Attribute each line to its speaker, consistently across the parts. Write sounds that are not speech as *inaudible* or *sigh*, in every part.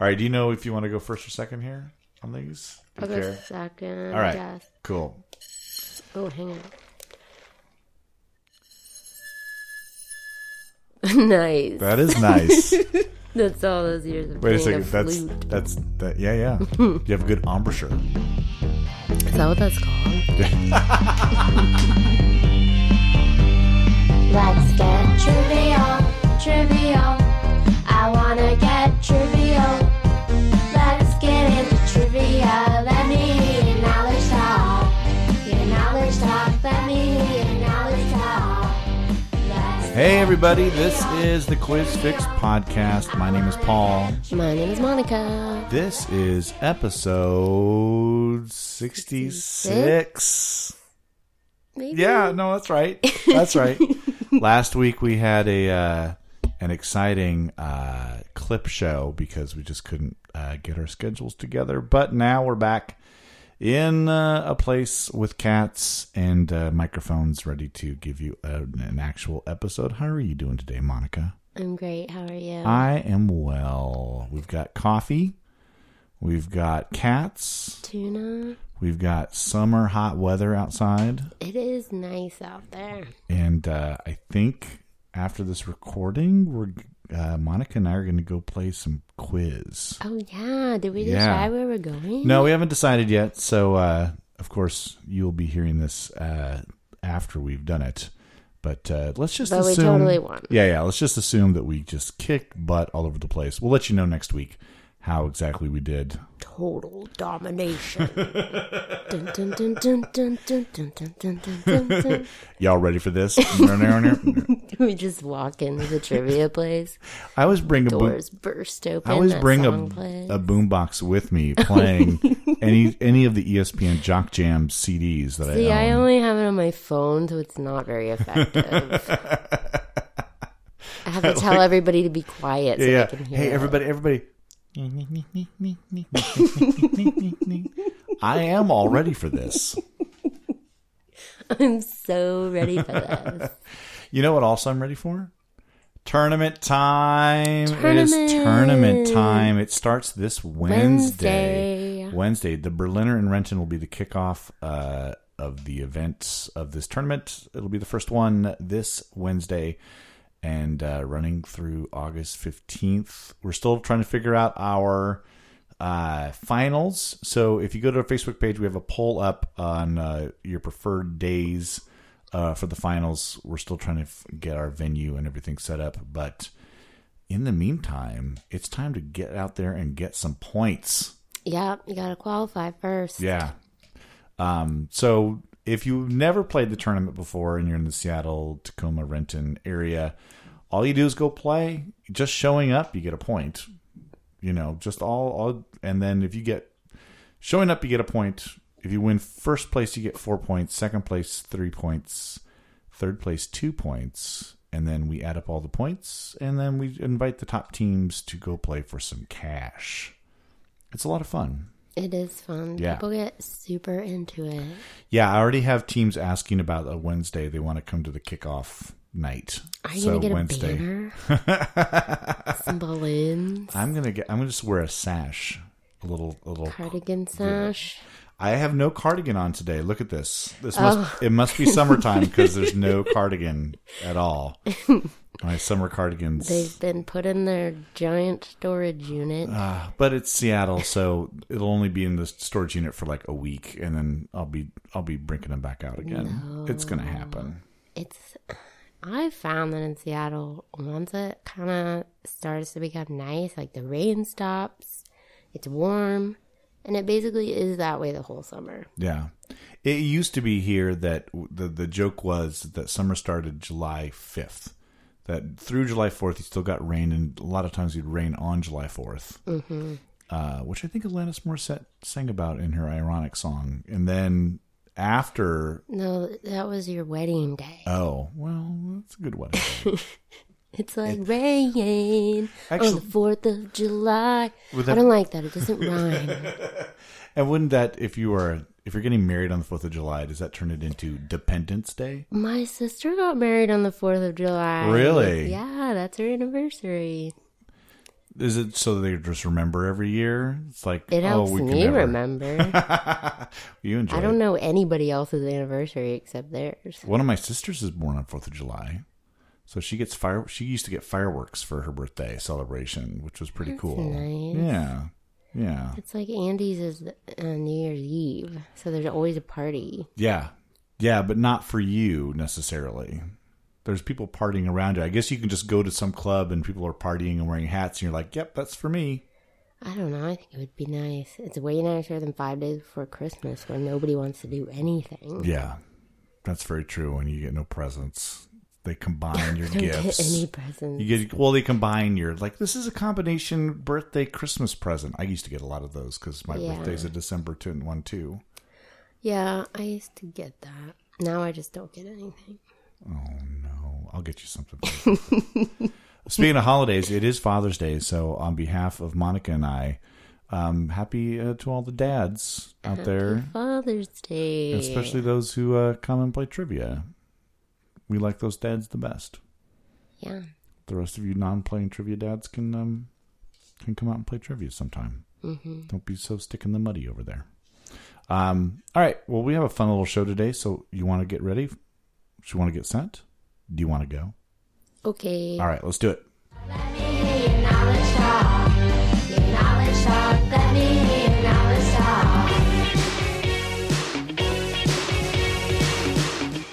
Speaker 1: All right. Do you know if you want to go first or second here on these?
Speaker 2: I'll
Speaker 1: Do you
Speaker 2: go
Speaker 1: care?
Speaker 2: second.
Speaker 1: All right.
Speaker 2: Yes.
Speaker 1: Cool.
Speaker 2: Oh, hang on. *laughs* nice.
Speaker 1: That is
Speaker 2: *laughs*
Speaker 1: nice.
Speaker 2: That's all those years of
Speaker 1: Wait a
Speaker 2: playing
Speaker 1: second. That's
Speaker 2: flute.
Speaker 1: that's that. Yeah,
Speaker 2: *laughs*
Speaker 1: yeah. you have a good embouchure.
Speaker 2: Is that what that's called?
Speaker 3: Let's get trivial, trivial. I wanna get trivial. Let's get into trivia. Let me hear your knowledge talk. Your knowledge talk. Let me hear your knowledge talk. Let's
Speaker 1: Hey,
Speaker 3: get
Speaker 1: everybody. This
Speaker 3: trivial.
Speaker 1: is the Quiz Fix podcast. My name is Paul.
Speaker 2: My name is Monica.
Speaker 1: This is episode 66.
Speaker 2: Maybe.
Speaker 1: Yeah, no, that's right. That's right. Last week we had a uh, an exciting uh, clip show because we just couldn't uh, get our schedules together. But now we're back in uh, a place with cats and uh, microphones, ready to give you a, an actual episode. How are you doing today, Monica?
Speaker 2: I'm great. How are you?
Speaker 1: I am well. We've got coffee. We've got cats.
Speaker 2: Tuna.
Speaker 1: We've got summer hot weather outside.
Speaker 2: It is nice out there.
Speaker 1: And uh, I think after this recording, we're uh, Monica and I are going to go play some quiz.
Speaker 2: Oh yeah. Did we
Speaker 1: Yeah.
Speaker 2: decide where we're going?
Speaker 1: No, we haven't decided yet. So, uh, of course, you'll be hearing this uh, after we've done it. But uh, let's just
Speaker 2: But we
Speaker 1: assume.
Speaker 2: totally won.
Speaker 1: Yeah, yeah. Let's just assume that we just kicked butt all over the place. We'll let you know next week how exactly we did.
Speaker 2: Total
Speaker 1: *laughs*
Speaker 2: domination. dun, dun, dun, dun, dun, dun, dun, dun, dun, dun, dun, dun.
Speaker 1: Y'all ready for this? *laughs* I
Speaker 2: we just walk into the trivia place.
Speaker 1: always bring a book.
Speaker 2: Doors burst open.
Speaker 1: I always
Speaker 2: that
Speaker 1: bring a,
Speaker 2: song plays.
Speaker 1: a boombox with me
Speaker 2: *laughs*
Speaker 1: playing any any of the E ESPN Jock Jam CDs that
Speaker 2: See,
Speaker 1: I
Speaker 2: I
Speaker 1: own.
Speaker 2: only have it on my phone, so it's not
Speaker 1: *laughs*
Speaker 2: very effective. I have to tell everybody to be quiet so
Speaker 1: yeah,
Speaker 2: I can
Speaker 1: yeah.
Speaker 2: hear.
Speaker 1: Hey,
Speaker 2: it.
Speaker 1: everybody, everybody. *laughs* I am all ready for this.
Speaker 2: I'm so ready for this. *laughs*
Speaker 1: You know what else I'm ready for? Tournament time
Speaker 2: Tournament.
Speaker 1: is tournament time. It starts this Wednesday.
Speaker 2: Wednesday.
Speaker 1: Wednesday. The Berliner and Renton will be the kickoff uh, of the events of this tournament. It'll be the first one this Wednesday and uh, running through August 15th. We're still trying to figure out our uh, finals. So if you go to our Facebook page, we have a poll up on uh, your preferred days uh, for the finals. We're still trying to f- get our venue and everything set up. But in the meantime, it's time to get out there and get some points.
Speaker 2: Yep, you gotta qualify first.
Speaker 1: Yeah. Um, so if you've never played the tournament before and you're in the Seattle, Tacoma, Renton area, all you do is go play. Just showing up, you get a point. You know, just all, all and then if you get showing up, you get a point. If you win first place, you get four points. Second place, three points. Third place, two points. And then we add up all the points, and then we invite the top teams to go play for some cash. It's a lot of fun.
Speaker 2: It is fun.
Speaker 1: Yeah.
Speaker 2: People get super into it.
Speaker 1: Yeah, I already have teams asking about a Wednesday. They want to come to the kickoff night.
Speaker 2: Are you gonna get a banner?
Speaker 1: *laughs*
Speaker 2: Some balloons,
Speaker 1: I'm gonna get. I'm gonna just wear a sash, a little, a little.
Speaker 2: cardigan sash.
Speaker 1: I have no cardigan on today. Look at this. This
Speaker 2: Oh.
Speaker 1: must. It must be summertime because there's
Speaker 2: *laughs*
Speaker 1: no cardigan at all. My summer cardigans.
Speaker 2: They've been put in their giant storage unit.
Speaker 1: but it's Seattle, so it'll only be in the storage unit for like a week, and then I'll be I'll be brinking them back out again. It's gonna happen.
Speaker 2: it's I found that in Seattle, once it kind of starts to become nice, like the rain stops, it's warm, and it basically is that way the whole summer.
Speaker 1: Yeah. It used to be here that w- the the joke was that summer started July 5th. That through July 4th, you still got rain, and a lot of times you'd rain on July 4th, mm-hmm. uh, which I think Alanis Morissette sang about in her ironic song. And then after,
Speaker 2: No, that was your wedding day.
Speaker 1: oh, well, that's a good
Speaker 2: *laughs*
Speaker 1: one.
Speaker 2: It's like rain on
Speaker 1: Actually-
Speaker 2: the 4th of July.
Speaker 1: With
Speaker 2: I
Speaker 1: that-
Speaker 2: don't like that. It
Speaker 1: *laughs*
Speaker 2: doesn't rhyme.
Speaker 1: and wouldn't that, if you are if you're getting married on the 4th of July, does that turn it into Dependence Day?
Speaker 2: My sister got married on the 4th of July.
Speaker 1: Really?
Speaker 2: Yeah, that's her anniversary.
Speaker 1: Is it so they just remember every year? It's like
Speaker 2: It helps
Speaker 1: oh, we
Speaker 2: me
Speaker 1: can never.
Speaker 2: remember.
Speaker 1: *laughs* you enjoy.
Speaker 2: I don't
Speaker 1: it.
Speaker 2: know anybody else's anniversary except theirs.
Speaker 1: One of my sisters is born on Fourth of July, so she gets fire. She used to get fireworks for her birthday celebration, which was pretty cool.
Speaker 2: nice.
Speaker 1: Yeah, yeah,
Speaker 2: It's like Andy's is uh, New Year's Eve, so there's always a party.
Speaker 1: yeah, yeah, but not for you necessarily. There's people partying around you. I guess you can just go to some club and people are partying and wearing hats, and you're like, "Yep, that's for me."
Speaker 2: I don't know. I think it would be nice. It's way nicer than five days before Christmas when nobody wants to do anything.
Speaker 1: Yeah, that's very true. When you get no presents, they combine your
Speaker 2: *laughs* Don't
Speaker 1: gifts.
Speaker 2: get any presents.
Speaker 1: You get well. They combine your like. This is a combination birthday Christmas present. I used to get a lot of those because my
Speaker 2: Yeah.
Speaker 1: birthday's a December two and one too.
Speaker 2: yeah, I used to get that. Now I just don't get anything.
Speaker 1: Oh no! I'll get you something. for your birthday. Speaking of holidays, it is Father's Day, so on behalf of Monica and I, um, happy uh, to all the dads out there,
Speaker 2: Father's Day.
Speaker 1: especially those who uh, come and play trivia. We like those dads the best.
Speaker 2: Yeah.
Speaker 1: The rest of you non-playing trivia dads can um, can come out and play trivia sometime.
Speaker 2: Mm-hmm.
Speaker 1: Don't be so stick in the muddy over there. Um, all right. Well, we have a fun little show today. So you want to get ready? Do you want to get sent? Do you want to go?
Speaker 2: Okay.
Speaker 1: All right, let's do it.
Speaker 3: Let me acknowledge talk. Acknowledge talk. Let me acknowledge talk.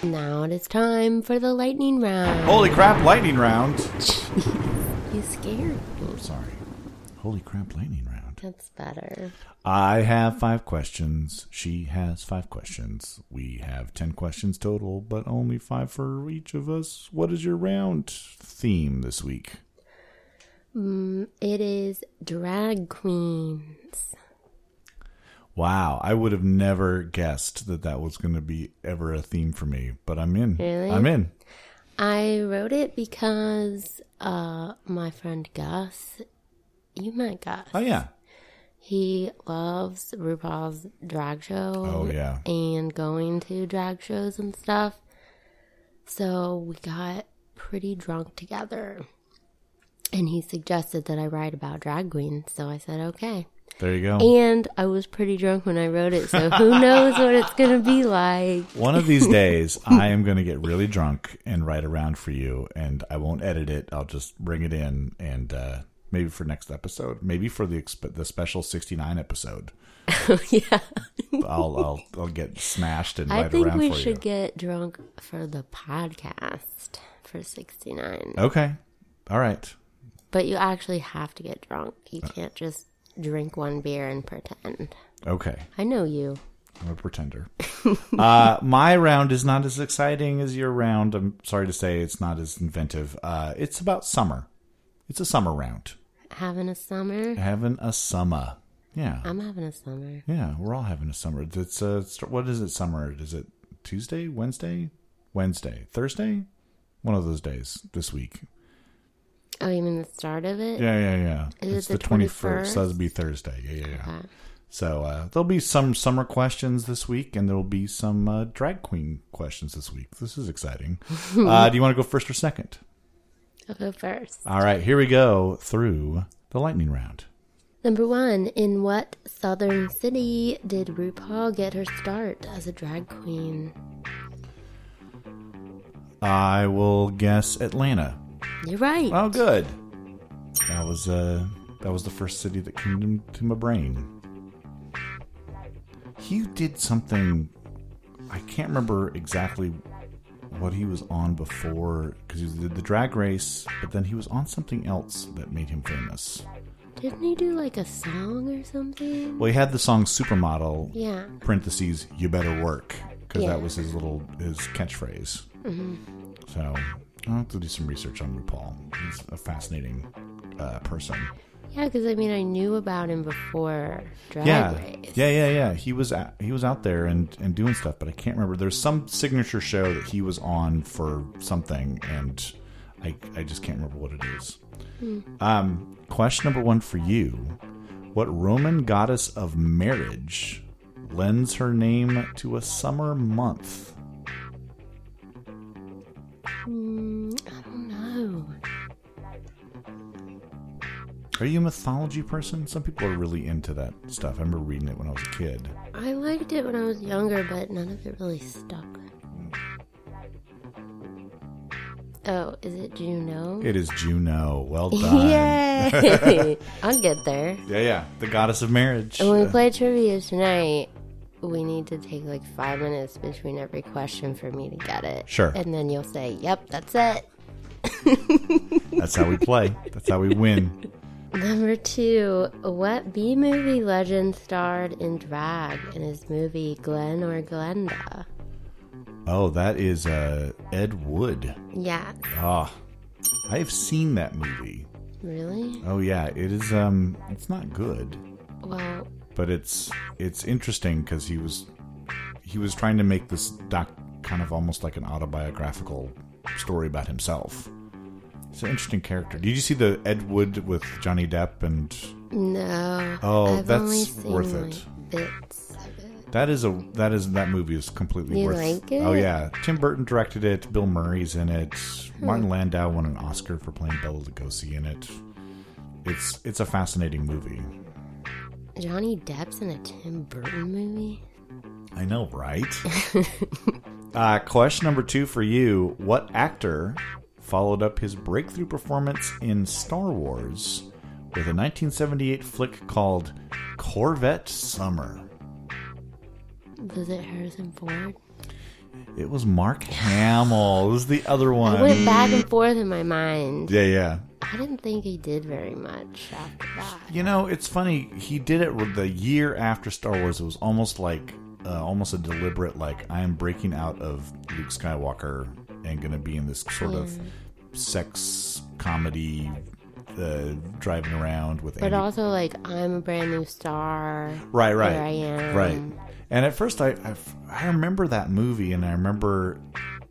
Speaker 2: Now it is time for the lightning round.
Speaker 1: Holy crap! Lightning round.
Speaker 2: You scared me.
Speaker 1: Sorry. Holy crap! Lightning round.
Speaker 2: That's better.
Speaker 1: I have five questions. She has five questions. We have ten questions total, but only five for each of us. What is your round theme this week?
Speaker 2: Mm, it is drag queens.
Speaker 1: Wow, I would have never guessed that that was going to be ever a theme for me, but I'm in.
Speaker 2: Really?
Speaker 1: I'm in.
Speaker 2: I wrote it because uh, my friend Gus, you met Gus.
Speaker 1: Oh yeah.
Speaker 2: He loves RuPaul's drag show.
Speaker 1: Oh yeah.
Speaker 2: and going to drag shows and stuff. So we got pretty drunk together. And he suggested that I write about drag queens, so I said okay.
Speaker 1: There you go.
Speaker 2: And I was pretty drunk when I wrote it, so
Speaker 1: *laughs*
Speaker 2: who knows what it's gonna be like.
Speaker 1: One of
Speaker 2: *laughs*
Speaker 1: these days, I am going to get really drunk and write around for you, and I won't edit it. I'll just bring it in, and uh, maybe for next episode, maybe for the exp- the special sixty nine
Speaker 2: *laughs*
Speaker 1: episode,
Speaker 2: Oh, yeah.
Speaker 1: I'll I'll, I'll get smashed and
Speaker 2: I
Speaker 1: write
Speaker 2: think
Speaker 1: around
Speaker 2: we
Speaker 1: for
Speaker 2: should
Speaker 1: you.
Speaker 2: get drunk for the podcast for 69.
Speaker 1: Okay. All right.
Speaker 2: But you actually have to get drunk. You
Speaker 1: Uh.
Speaker 2: can't just drink one beer and pretend.
Speaker 1: Okay.
Speaker 2: I know you.
Speaker 1: I'm a pretender. *laughs* uh, my round is not as exciting as your round. I'm sorry to say it's not as inventive. Uh, it's about summer. It's a summer round.
Speaker 2: Having a summer.
Speaker 1: Having a summer. Yeah.
Speaker 2: I'm having a summer.
Speaker 1: Yeah, we're all having a summer. It's uh, it's- what is it? Summer? Is it Tuesday, Wednesday, Wednesday, Thursday? One of those days this week.
Speaker 2: Oh, you mean the start of it?
Speaker 1: Yeah, yeah, yeah.
Speaker 2: Is it
Speaker 1: it's
Speaker 2: the
Speaker 1: twenty first,
Speaker 2: 21st?
Speaker 1: so that'd be Thursday. Yeah, yeah, yeah.
Speaker 2: Okay.
Speaker 1: So uh, there'll be some summer questions this week, and there'll be some uh, drag queen questions this week. This is exciting.
Speaker 2: *laughs*
Speaker 1: uh, do you want to go first or second?
Speaker 2: I'll go first.
Speaker 1: All right, here we go through the lightning round.
Speaker 2: Number one, in what southern city did RuPaul get her start as a drag queen?
Speaker 1: I will guess Atlanta.
Speaker 2: You're right.
Speaker 1: Oh, good. That was uh, that was the first city that came to- to my brain. He did something. I can't remember exactly what he was on before because he did the drag race, but then he was on something else that made him famous.
Speaker 2: Didn't he do like a song or something?
Speaker 1: Well, he had the song "Supermodel."
Speaker 2: Yeah.
Speaker 1: Parentheses. You better work because
Speaker 2: Yeah. Mm-hmm.
Speaker 1: that was his little his catchphrase. So I'll have to do some research on RuPaul. He's a fascinating uh, person.
Speaker 2: Yeah, because I mean, I knew about him before Drag
Speaker 1: yeah.
Speaker 2: Race.
Speaker 1: Yeah, yeah, yeah. He was out, he was out there and, and doing stuff, but I can't remember. There's some signature show that he was on for something, and I I just can't remember what it is. Um, question number one for you: What Roman goddess of marriage lends her name to a summer month?
Speaker 2: Mm, I don't know.
Speaker 1: Are you a mythology person? Some people are really into that stuff. I remember reading it when I was a kid.
Speaker 2: I liked it when I was younger, but none of it really stuck. Oh, is it Juno?
Speaker 1: It is Juno.
Speaker 2: *laughs*
Speaker 1: Well done.
Speaker 2: Yay! I'll get there.
Speaker 1: Yeah, yeah. The goddess of marriage.
Speaker 2: When we play trivia tonight, we need to take like five minutes between every question for me to get it.
Speaker 1: Sure.
Speaker 2: And then you'll say, yep, that's it.
Speaker 1: That's how we play. That's how we win.
Speaker 2: Number two, what B movie legend starred in drag in his movie Glenn or Glenda?
Speaker 1: Oh, that is uh, Ed Wood.
Speaker 2: Yeah,
Speaker 1: Ah, I have seen that movie.
Speaker 2: really?
Speaker 1: Oh yeah, it is. Um, it's not good,
Speaker 2: Well,
Speaker 1: but it's it's interesting because he was he was trying to make this doc kind of almost like an autobiographical story about himself. It's an interesting character. Did you see the Ed Wood with Johnny Depp and
Speaker 2: no.
Speaker 1: Oh,
Speaker 2: I've
Speaker 1: that's
Speaker 2: only seen,
Speaker 1: worth it.
Speaker 2: like, bits of it.
Speaker 1: that is a that is that movie is completely
Speaker 2: You
Speaker 1: worth.
Speaker 2: like it?
Speaker 1: Oh yeah, Tim Burton directed it. Bill Murray's in it.
Speaker 2: Hmm.
Speaker 1: Martin Landau won an Oscar for playing Bela Lugosi in it. It's it's a fascinating movie.
Speaker 2: Johnny Depp's in a Tim Burton movie?
Speaker 1: I know, right?
Speaker 2: *laughs*
Speaker 1: uh, question number two for you. What actor followed up his breakthrough performance in Star Wars with a 1978 flick called Corvette Summer?
Speaker 2: Was it Harrison Ford?
Speaker 1: It was Mark Hamill. It was the other
Speaker 2: I
Speaker 1: one.
Speaker 2: went back and forth in my mind.
Speaker 1: Yeah, yeah.
Speaker 2: I didn't think he did very much after that.
Speaker 1: You know, it's funny. He did it with the year after Star Wars. It was almost like, uh, almost a deliberate, like, I am breaking out of Luke Skywalker and going to be in this sort of sex comedy, uh, driving around with.
Speaker 2: But
Speaker 1: Andy-
Speaker 2: also, like, I'm a brand new star.
Speaker 1: right, right,
Speaker 2: I am.
Speaker 1: right. And at first, I, I I remember that movie, and I remember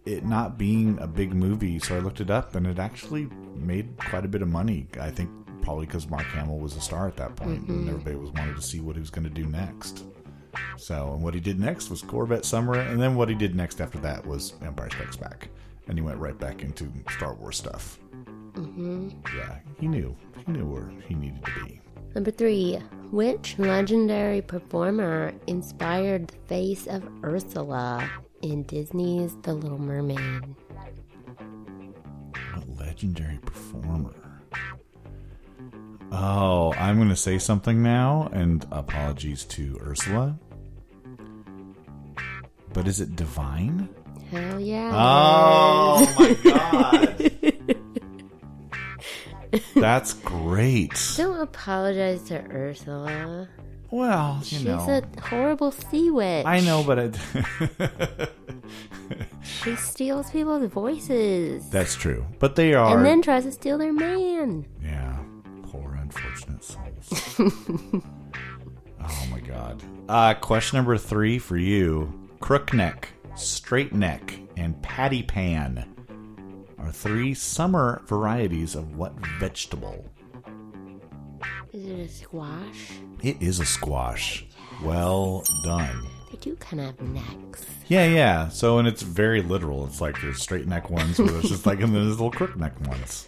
Speaker 1: it not being a big movie. So I looked it up, and it actually made quite a bit of money. I think probably because Mark Hamill was a star at that point, and everybody was wanted to see what he was going to do next. So, and what he did next was Corvette Summer, and then what he did next after that was Empire Strikes Back, and he went right back into Star Wars stuff. Mm-hmm. Yeah, he knew, he knew where he needed to be.
Speaker 2: Number three, which legendary performer inspired the face of Ursula in Disney's The Little Mermaid?
Speaker 1: What legendary performer? Oh, I'm going to say something now, and apologies to Ursula. But is it divine?
Speaker 2: Hell yeah.
Speaker 1: Oh my god. *laughs* That's great.
Speaker 2: Don't apologize to Ursula.
Speaker 1: Well, you
Speaker 2: She's
Speaker 1: know.
Speaker 2: a horrible sea witch.
Speaker 1: I *laughs* know, but it,
Speaker 2: She steals people's voices.
Speaker 1: that's true. But they are.
Speaker 2: and then tries to steal their man.
Speaker 1: Yeah, poor unfortunate souls. oh my god. Uh, question number three for you: Crook neck, straight neck, and patty pan are three summer varieties of what vegetable?
Speaker 2: Is it a squash?
Speaker 1: It is a squash. Well done.
Speaker 2: They do kind of have necks.
Speaker 1: Yeah, yeah. So, and it's very literal. It's like there's straight neck ones, where it's just like, and then there's little crook neck ones.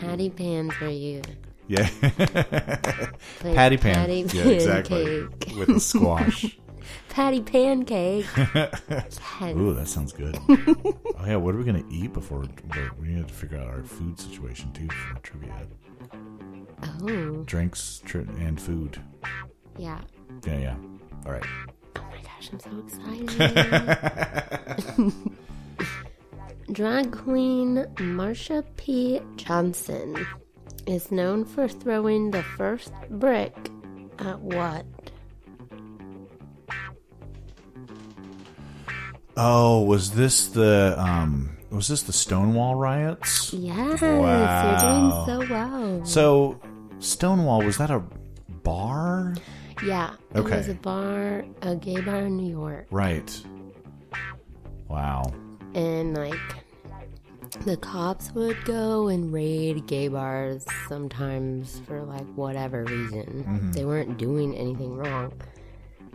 Speaker 2: Patty pans for you.
Speaker 1: Yeah. *laughs*
Speaker 2: Like
Speaker 1: patty pan.
Speaker 2: patty
Speaker 1: yeah, exactly.
Speaker 2: pancake.
Speaker 1: With a squash.
Speaker 2: Patty pancake.
Speaker 1: *laughs* Ooh, that sounds *laughs* good. oh yeah, what are we gonna eat before we- we need to figure out our food situation too for trivia?
Speaker 2: oh,
Speaker 1: Drinks tri- and food.
Speaker 2: yeah.
Speaker 1: Yeah, yeah. All right.
Speaker 2: Oh my gosh, I'm so *laughs* excited. Drag queen Marsha P. Johnson is known for throwing the first brick at what?
Speaker 1: Oh, was this the um? Was this the Stonewall riots?
Speaker 2: Yes,
Speaker 1: Wow.
Speaker 2: you're doing so well.
Speaker 1: So, Stonewall was that a bar?
Speaker 2: Yeah, it was
Speaker 1: Okay.
Speaker 2: a bar, a gay bar in New York,
Speaker 1: Right. Wow.
Speaker 2: and like the cops would go and raid gay bars sometimes for like whatever reason.
Speaker 1: Mm-hmm.
Speaker 2: They weren't doing anything wrong.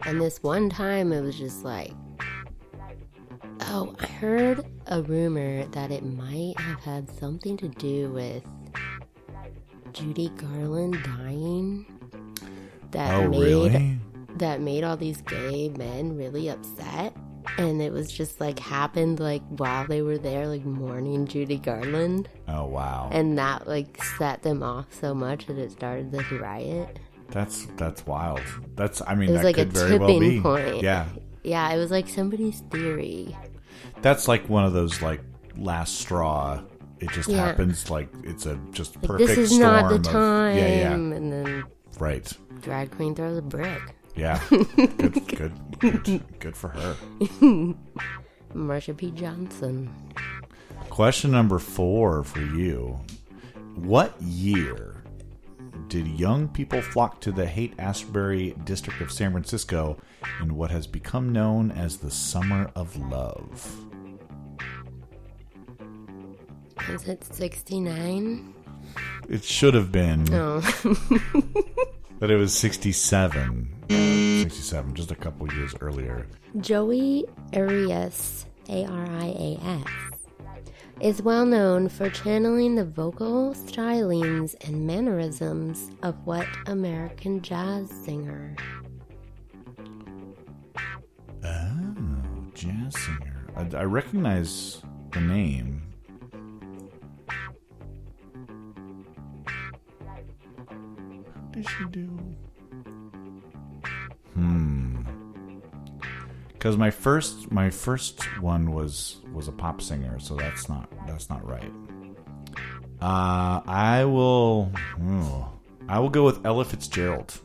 Speaker 2: And this one time it was just like oh, I heard a rumor that it might have had something to do with Judy Garland dying that
Speaker 1: Oh,
Speaker 2: made
Speaker 1: really?
Speaker 2: that made all these gay men really upset. And it was just like happened like while they were there, like mourning Judy Garland.
Speaker 1: Oh, wow.
Speaker 2: And that like set them off so much that it started this riot.
Speaker 1: That's that's wild. That's I mean
Speaker 2: It was
Speaker 1: that
Speaker 2: like a
Speaker 1: could very well
Speaker 2: tipping
Speaker 1: be.
Speaker 2: point.
Speaker 1: Yeah.
Speaker 2: Yeah, it was like somebody's theory.
Speaker 1: That's like one of those like last straw. It just
Speaker 2: Yeah.
Speaker 1: happens like it's a just
Speaker 2: Like,
Speaker 1: perfect
Speaker 2: this is
Speaker 1: storm
Speaker 2: not the
Speaker 1: of-
Speaker 2: time.
Speaker 1: yeah, yeah.
Speaker 2: And then
Speaker 1: Right.
Speaker 2: drag queen throws a brick. *laughs*
Speaker 1: Yeah. good, good good good for her.
Speaker 2: Marsha P. Johnson.
Speaker 1: Question number 4 for you. What year did young people flock to the Haight Ashbury district of San Francisco in what has become known as the Summer of Love?
Speaker 2: Is it 69?
Speaker 1: It should have been
Speaker 2: No. *laughs*
Speaker 1: But it was 67. 67, just a couple years earlier.
Speaker 2: Joey Arias, A R I A S, is well known for channeling the vocal stylings and mannerisms of what American jazz singer?
Speaker 1: Oh, jazz singer. I, I recognize the name. What did she do? Hmm. Because my first my first one was was a pop singer, so that's not that's not right. Uh, I will ooh, I will go with Ella Fitzgerald,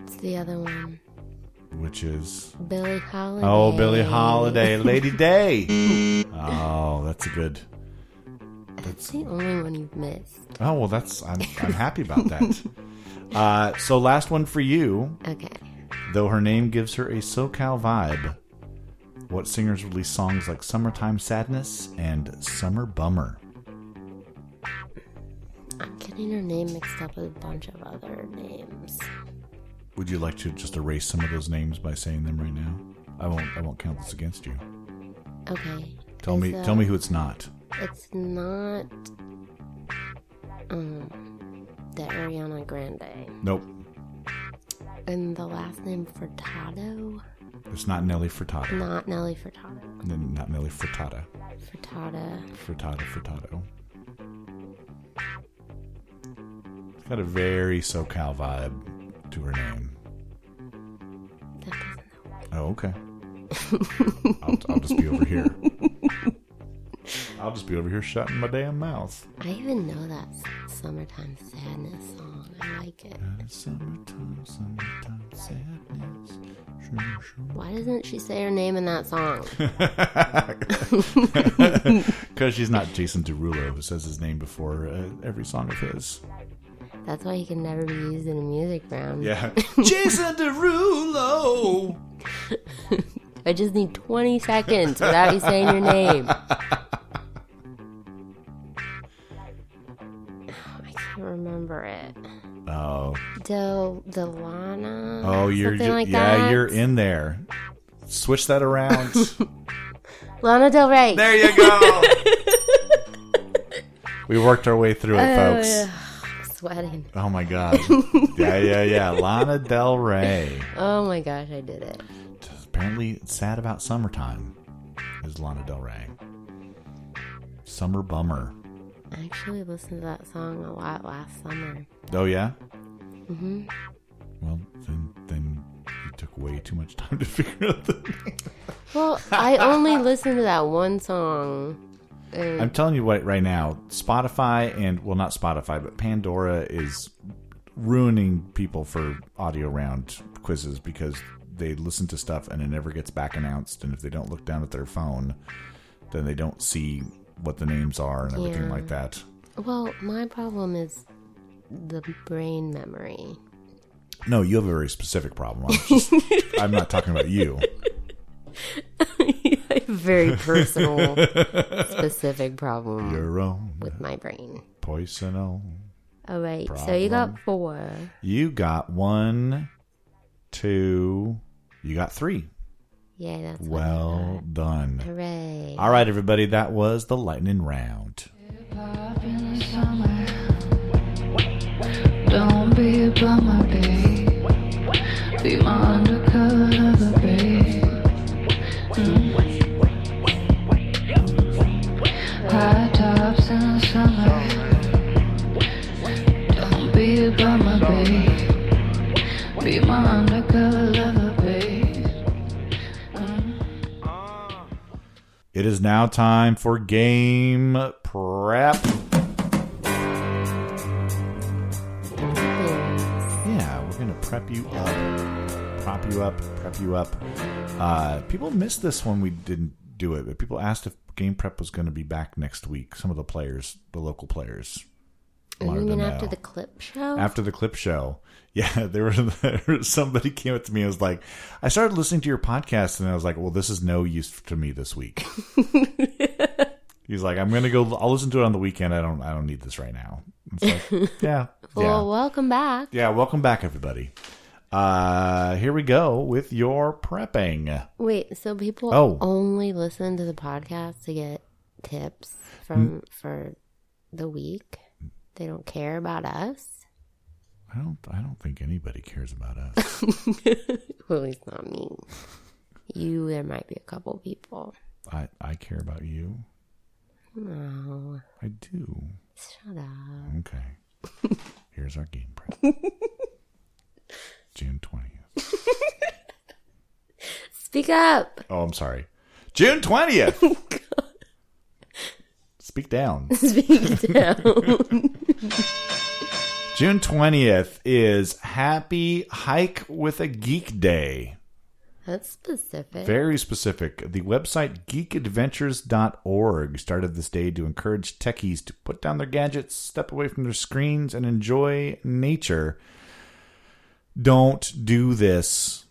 Speaker 2: It's the other one.
Speaker 1: which is
Speaker 2: Billie Holiday.
Speaker 1: Oh, Billie Holiday, Lady Day. oh, that's a good.
Speaker 2: That's the only one you've missed.
Speaker 1: Oh well, that's I'm I'm happy about *laughs* that. Uh, so last one for you.
Speaker 2: Okay.
Speaker 1: Though her name gives her a SoCal vibe, what singers release songs like "Summertime Sadness" and "Summer Bummer"?
Speaker 2: I'm getting her name mixed up with a bunch of other names.
Speaker 1: Would you like to just erase some of those names by saying them right now? I won't. I won't count this against you.
Speaker 2: Okay.
Speaker 1: Tell me.
Speaker 2: It's, uh,
Speaker 1: Tell me who it's not.
Speaker 2: It's not um, the Ariana Grande.
Speaker 1: Nope.
Speaker 2: And the last name Furtado,
Speaker 1: It's not Nelly Furtado.
Speaker 2: not Nelly Furtado.
Speaker 1: N- Not Nelly Furtado.
Speaker 2: Furtada.
Speaker 1: Frittata frittata. It's got a very SoCal vibe to her name.
Speaker 2: That doesn't help.
Speaker 1: Oh, okay. I'll, I'll just be over here. I'll just be over here shutting my damn mouth.
Speaker 2: I even know that s- summertime sadness song. I like it.
Speaker 1: Summertime, summertime sadness.
Speaker 2: Why doesn't she say her name in
Speaker 1: *laughs*
Speaker 2: that song?
Speaker 1: Because she's not Jason Derulo, who says his name before uh, every song of his.
Speaker 2: That's why he can never be used in a music round.
Speaker 1: Yeah, Jason Derulo.
Speaker 2: I just need 20 seconds without you saying your
Speaker 1: *laughs*
Speaker 2: name. *sighs* I can't remember it.
Speaker 1: Oh,
Speaker 2: Del Delana.
Speaker 1: Oh, you're
Speaker 2: something
Speaker 1: ju-
Speaker 2: like
Speaker 1: yeah,
Speaker 2: that.
Speaker 1: you're in there. Switch that around.
Speaker 2: Lana Del Rey.
Speaker 1: there you go. *laughs* we worked our way through
Speaker 2: Uh,
Speaker 1: it, folks.
Speaker 2: Sweating.
Speaker 1: Oh my god. yeah, yeah,
Speaker 2: *laughs*
Speaker 1: yeah. Lana Del Rey.
Speaker 2: Oh my gosh, I did it.
Speaker 1: Apparently, sad about summertime is Lana Del Rey. Summer bummer.
Speaker 2: I actually listened to that song a lot last summer.
Speaker 1: Oh yeah.
Speaker 2: hmm
Speaker 1: Well, then, then you took way too much time to *laughs* figure out the.
Speaker 2: Well, I
Speaker 1: *laughs*
Speaker 2: only listened to that one song. And
Speaker 1: I'm telling you what, right now, Spotify and well, not Spotify, but Pandora is ruining people for audio round quizzes because they listen to stuff and it never gets back announced. And if they don't look down at their phone, then they don't see what the names are and everything
Speaker 2: Yeah.
Speaker 1: like that.
Speaker 2: well, my problem is the brain memory. *laughs*
Speaker 1: No, you have a very specific problem. I'm, just, I'm not talking about you.
Speaker 2: Very
Speaker 1: *laughs*
Speaker 2: personal, specific problem
Speaker 1: Your own
Speaker 2: with my brain.
Speaker 1: personal.
Speaker 2: All right, so you got four.
Speaker 1: You got one, two, you got three.
Speaker 2: Yeah, that's what I
Speaker 1: Well done.
Speaker 2: got. Hooray!
Speaker 1: All right, everybody, that was the lightning round.
Speaker 4: Pop in the summer. drummer, babe. Be my undercover lover, babe. Mm. High tops in the summer. Don't be a bummer, babe. Be my undercover lover, babe.
Speaker 1: It is now time for game prep. Yeah, we're gonna prep you up, prop you up, prep you up. Uh, people missed this when we didn't do it, but people asked if game prep was going to be back next week. Some of the players, the local players,
Speaker 2: You
Speaker 1: wanted to
Speaker 2: mean
Speaker 1: know.
Speaker 2: after the clip show?
Speaker 1: after the clip show. *laughs* Yeah, there was there was- somebody came up to me and was like, I started listening to your podcast and I was like, well, this is no use to me this week. He's like, I'm gonna go. I'll listen to it on the weekend. I don't. I don't need this right now. It's like, yeah, yeah,
Speaker 2: Well, welcome back.
Speaker 1: yeah. Welcome back, everybody. Uh, here we go with your prepping.
Speaker 2: Wait, so people
Speaker 1: Oh.
Speaker 2: only listen to the podcast to get tips from
Speaker 1: Mm.
Speaker 2: for the week? They don't care about us? *laughs*
Speaker 1: I don't. I don't think anybody cares about us.
Speaker 2: Well, at least not me. You, there might be a couple people.
Speaker 1: I. I care about you.
Speaker 2: No,
Speaker 1: I do.
Speaker 2: shut up.
Speaker 1: Okay. Here's our game prep. June twentieth.
Speaker 2: Speak up. *laughs*
Speaker 1: Oh, I'm sorry. June twentieth. Speak down.
Speaker 2: Speak down.
Speaker 1: June twentieth is Happy Hike with a Geek Day.
Speaker 2: That's specific.
Speaker 1: Very specific. The website geekadventures.org started this day to encourage techies to put down their gadgets, step away from their screens, and enjoy nature. Don't do this,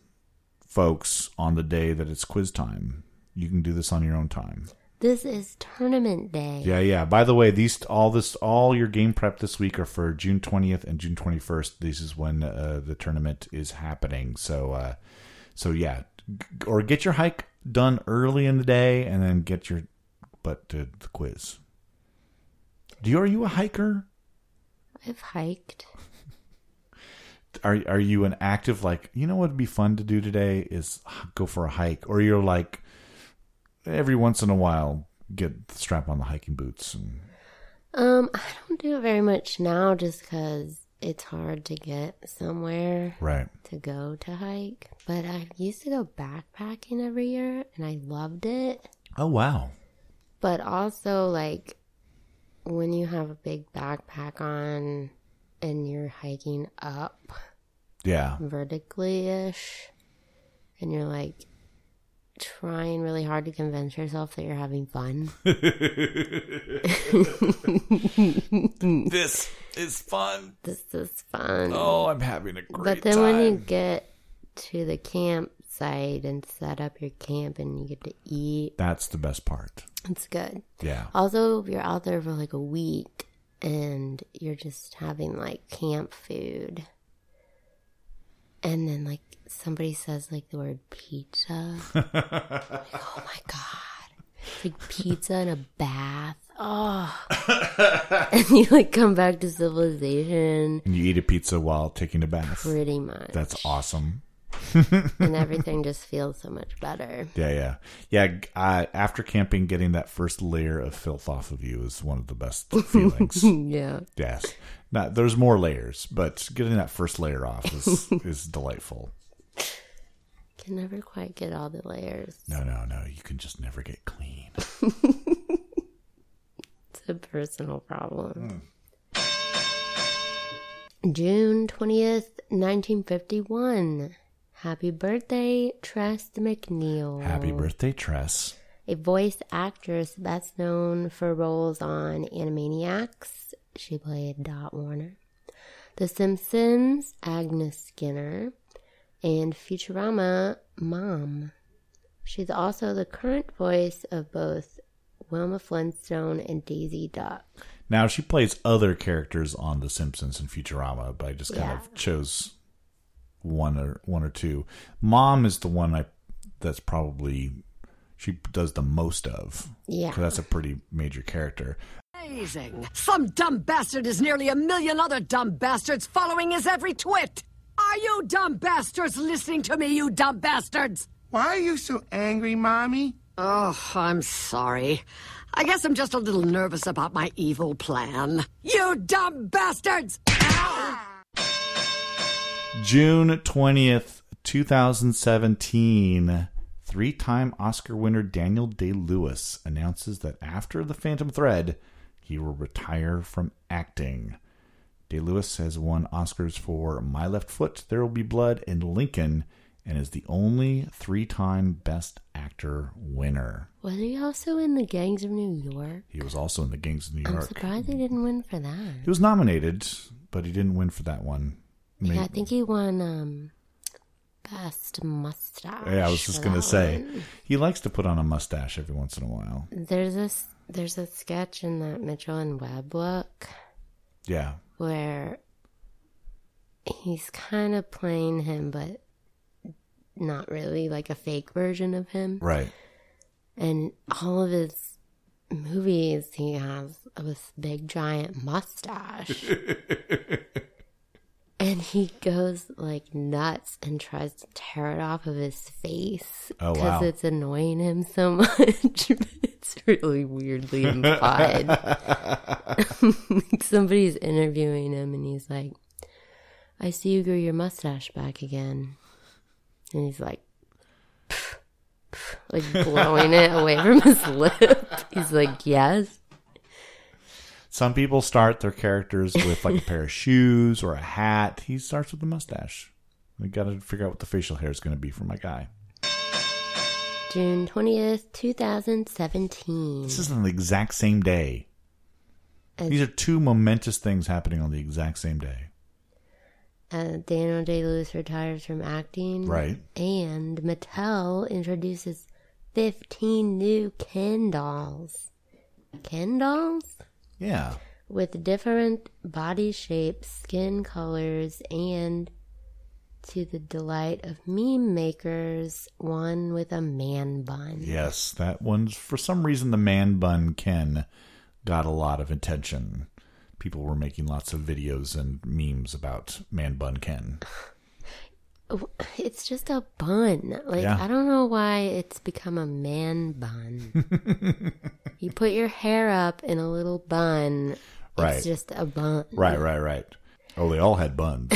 Speaker 1: folks, on the day that it's quiz time. You can do this on your own time.
Speaker 2: This is tournament day.
Speaker 1: Yeah, yeah. By the way, these all this all your game prep this week are for June twentieth and June twenty first. This is when uh, the tournament is happening. So, uh, so yeah, G- or get your hike done early in the day and then get your butt to the quiz. Do you, are you a hiker?
Speaker 2: I've hiked.
Speaker 1: Are are you an active like you know what would be fun to do today is h- go for a hike, or you're like every once in a while get strap on the hiking boots and
Speaker 2: Um, I don't do it very much now just because it's hard to get somewhere
Speaker 1: right.
Speaker 2: to go to hike. But I used to go backpacking every year and I loved it.
Speaker 1: Oh wow.
Speaker 2: But also, like, when you have a big backpack on and you're hiking up
Speaker 1: Yeah.
Speaker 2: vertically ish, and you're like trying really hard to convince yourself that you're having fun. *laughs*
Speaker 1: this is fun.
Speaker 2: this is fun.
Speaker 1: Oh, I'm having a great
Speaker 2: But then
Speaker 1: time.
Speaker 2: when you get to the campsite and set up your camp and you get to eat,
Speaker 1: That's the best part.
Speaker 2: it's good.
Speaker 1: Yeah.
Speaker 2: Also, if you're out there for like a week and you're just having like camp food, and then like somebody says like the word pizza, like, oh my god, it's like pizza and a bath. Oh, and you like come back to civilization,
Speaker 1: And you eat a pizza while taking a bath.
Speaker 2: pretty much.
Speaker 1: That's awesome.
Speaker 2: and everything just feels so much better.
Speaker 1: Yeah, yeah. Yeah, g- I, after camping, getting that first layer of filth off of you is one of the
Speaker 2: *laughs*
Speaker 1: best feelings.
Speaker 2: Yeah.
Speaker 1: yes. Now, there's more layers, but getting that first layer off
Speaker 2: *laughs*
Speaker 1: is, is delightful.
Speaker 2: Can never quite get all the layers.
Speaker 1: No, no, no. You can just never get clean.
Speaker 2: It's a personal problem. June 20th, 1951. Happy birthday, Tress McNeil.
Speaker 1: Happy birthday, Tress.
Speaker 2: A voice actress best known for roles on Animaniacs. She played Dot Warner. The Simpsons, Agnes Skinner, and Futurama, Mom. She's also the current voice of both Wilma Flintstone and Daisy Duck.
Speaker 1: Now she plays other characters on The Simpsons and Futurama, but I just kind
Speaker 2: Yeah.
Speaker 1: of chose one or one or two. Mom is the one I that's probably she does the most of.
Speaker 2: Yeah.
Speaker 1: 'Cause that's a pretty major character.
Speaker 5: Amazing. Some dumb bastard is nearly a million other dumb bastards following his every twit. Are you dumb bastards listening to me, you dumb bastards?
Speaker 6: Why are you so angry, Mommy?
Speaker 5: Oh, I'm sorry. I guess I'm just a little nervous about my evil plan. You dumb bastards!
Speaker 1: June 20th, 2017, three time Oscar winner Daniel Day Lewis announces that after The Phantom Thread, he will retire from acting. Day Lewis has won Oscars for My Left Foot, There Will Be Blood, and Lincoln, and is the only three time Best Actor winner.
Speaker 2: Was he also in the Gangs of New York?
Speaker 1: He was also in the Gangs of New
Speaker 2: I'm
Speaker 1: York.
Speaker 2: surprised they didn't win for
Speaker 1: He
Speaker 2: that.
Speaker 1: was nominated, but he didn't win for that one. Maybe-
Speaker 2: Yeah, I think he won um, best mustache.
Speaker 1: Yeah, I was just
Speaker 2: for
Speaker 1: gonna
Speaker 2: that
Speaker 1: say
Speaker 2: one.
Speaker 1: he likes to put on a mustache every once in a while.
Speaker 2: There's this there's a sketch in that Mitchell and Webb book
Speaker 1: Yeah,
Speaker 2: where he's kind of playing him, but not really like a fake version of him.
Speaker 1: right.
Speaker 2: And all of his movies, he has this big giant
Speaker 1: *laughs*
Speaker 2: mustache. and he goes like nuts and tries to tear it off of his face
Speaker 1: Oh,
Speaker 2: because
Speaker 1: wow.
Speaker 2: it's annoying him so *laughs* much. it's really weirdly implied. *laughs* Like, Somebody's interviewing him and he's like, I see you grew your mustache back again. And he's like, like blowing it away from his *laughs* lip. He's like, yes.
Speaker 1: Some people start their characters with like a pair of shoes or a hat. He starts with a mustache. We got to figure out what the facial hair is going to be for my guy.
Speaker 2: June 20th, 2017.
Speaker 1: This is on the exact same day.
Speaker 2: As-
Speaker 1: These are two momentous things happening on the exact same day.
Speaker 2: Uh, Daniel Day Lewis retires from acting.
Speaker 1: Right.
Speaker 2: And Mattel introduces 15 new Ken dolls. Ken dolls?
Speaker 1: Yeah.
Speaker 2: With different body shapes, skin colors, and to the delight of meme makers, one with a man bun.
Speaker 1: Yes, that one's for some reason the man bun Ken got a lot of attention. People were making lots of videos and memes about man bun Ken.
Speaker 2: It's just a bun. Like
Speaker 1: Yeah.
Speaker 2: I don't know why it's become a man bun.
Speaker 1: *laughs*
Speaker 2: you put your hair up in a little bun.
Speaker 1: Right.
Speaker 2: It's just a bun.
Speaker 1: Right, right, right. Oh, they all had
Speaker 2: *laughs*
Speaker 1: buns.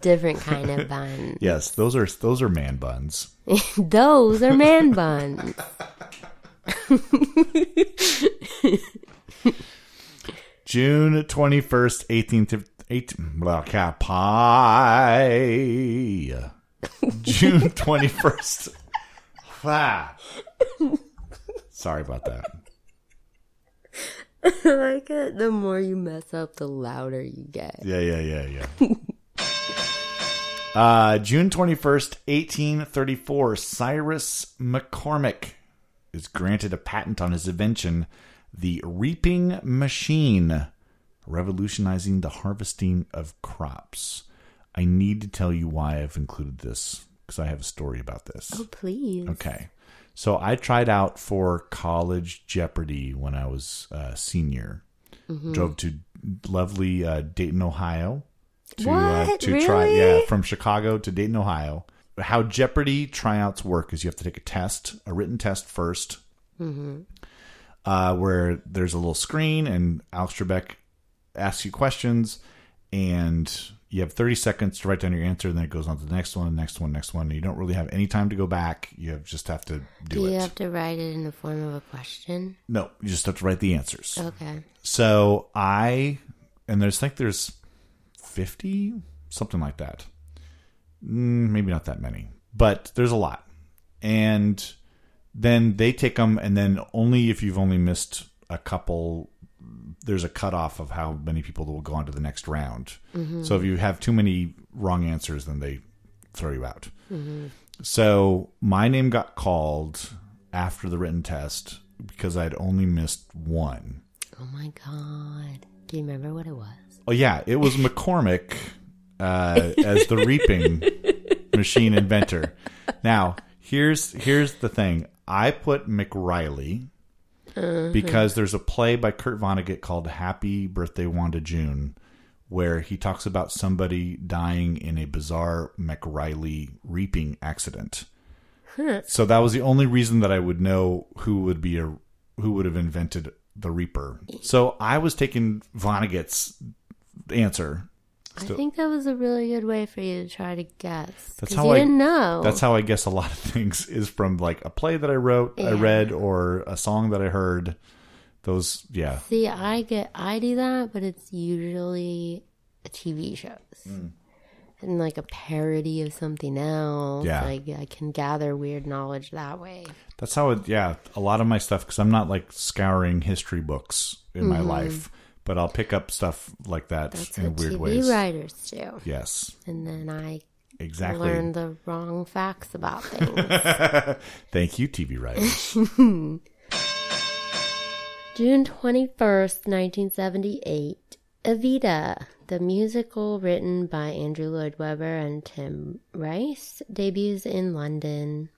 Speaker 2: Different kind of bun. *laughs*
Speaker 1: yes, those are those are man buns.
Speaker 2: Those are
Speaker 1: *laughs*
Speaker 2: man buns. *laughs*
Speaker 1: June 21st, 18th, 8, blah, ca-
Speaker 2: *laughs*
Speaker 1: pie. June 21st. Ah. Sorry about that.
Speaker 2: I like it. The more you mess up, the louder you get.
Speaker 1: Yeah, yeah, yeah, yeah. *laughs* Uh, June 21st, 1834, Cyrus McCormick is granted a patent on his invention, the reaping machine, revolutionizing the harvesting of crops. I need to tell you why I've included this because I have a story about this.
Speaker 2: Oh please.
Speaker 1: Okay. So I tried out for college Jeopardy when I was a senior.
Speaker 2: Mm-hmm.
Speaker 1: Drove to lovely uh, Dayton, Ohio. To, uh,
Speaker 2: What?
Speaker 1: to try, yeah,
Speaker 2: Really?
Speaker 1: from Chicago to Dayton, Ohio. How Jeopardy tryouts work is you have to take a test, a written test 1st
Speaker 2: Mm-hmm.
Speaker 1: uh, where there's a little screen and Alex Trebek asks you questions and you have 30 seconds to write down your answer and then it goes on to the next one, next one, next one. And you don't really have any time to go back. You have, just have to do,
Speaker 2: Do you
Speaker 1: it.
Speaker 2: have to write it in the form of a question?
Speaker 1: no, you just have to write the answers.
Speaker 2: Okay.
Speaker 1: So I, and there's like there's 50, something like that. Mm, maybe not that many, but there's a lot. And then they take them, and then only if you've only missed a couple, there's a cutoff of how many people will go on to the next round. So if you have too many wrong answers, then they throw you out. So my name got called after the written test because I'd only missed one.
Speaker 2: Oh my god. Do you remember what it was?
Speaker 1: Oh yeah, it was McCormick uh, as the reaping machine inventor. Now, here's here's the thing. I put McRiley because there's a play by Kurt Vonnegut called Happy Birthday Wanda June where he talks about somebody dying in a bizarre McRiley reaping accident. So that was the only reason that I would know who would be a who would have invented the reaper. So I was taking Vonnegut's answer
Speaker 2: I think that was a really good way for you to try to guess.
Speaker 1: That's
Speaker 2: 'cause
Speaker 1: how
Speaker 2: you
Speaker 1: I
Speaker 2: didn't know.
Speaker 1: That's how I guess a lot of *laughs* things is from like a play that I wrote, I
Speaker 2: Yeah.
Speaker 1: read, or a song that I heard. Those, yeah,
Speaker 2: See, I get I do that, but it's usually TV shows
Speaker 1: Hmm.
Speaker 2: and like a parody of something else.
Speaker 1: Yeah.
Speaker 2: like I can gather weird knowledge that way.
Speaker 1: that's how it. Yeah, a lot of my stuff because I'm not like scouring history books in my life, but I'll pick up stuff like that
Speaker 2: Mm-hmm. That's
Speaker 1: in
Speaker 2: what
Speaker 1: weird
Speaker 2: TV
Speaker 1: ways.
Speaker 2: writers do.
Speaker 1: Yes,
Speaker 2: And then I
Speaker 1: exactly.
Speaker 2: learn the wrong facts
Speaker 1: *laughs*
Speaker 2: about things.
Speaker 1: Thank you, TV writers.
Speaker 2: *laughs* June 21st, 1978, Evita, the musical written by Andrew Lloyd Webber and Tim Rice, debuts in London.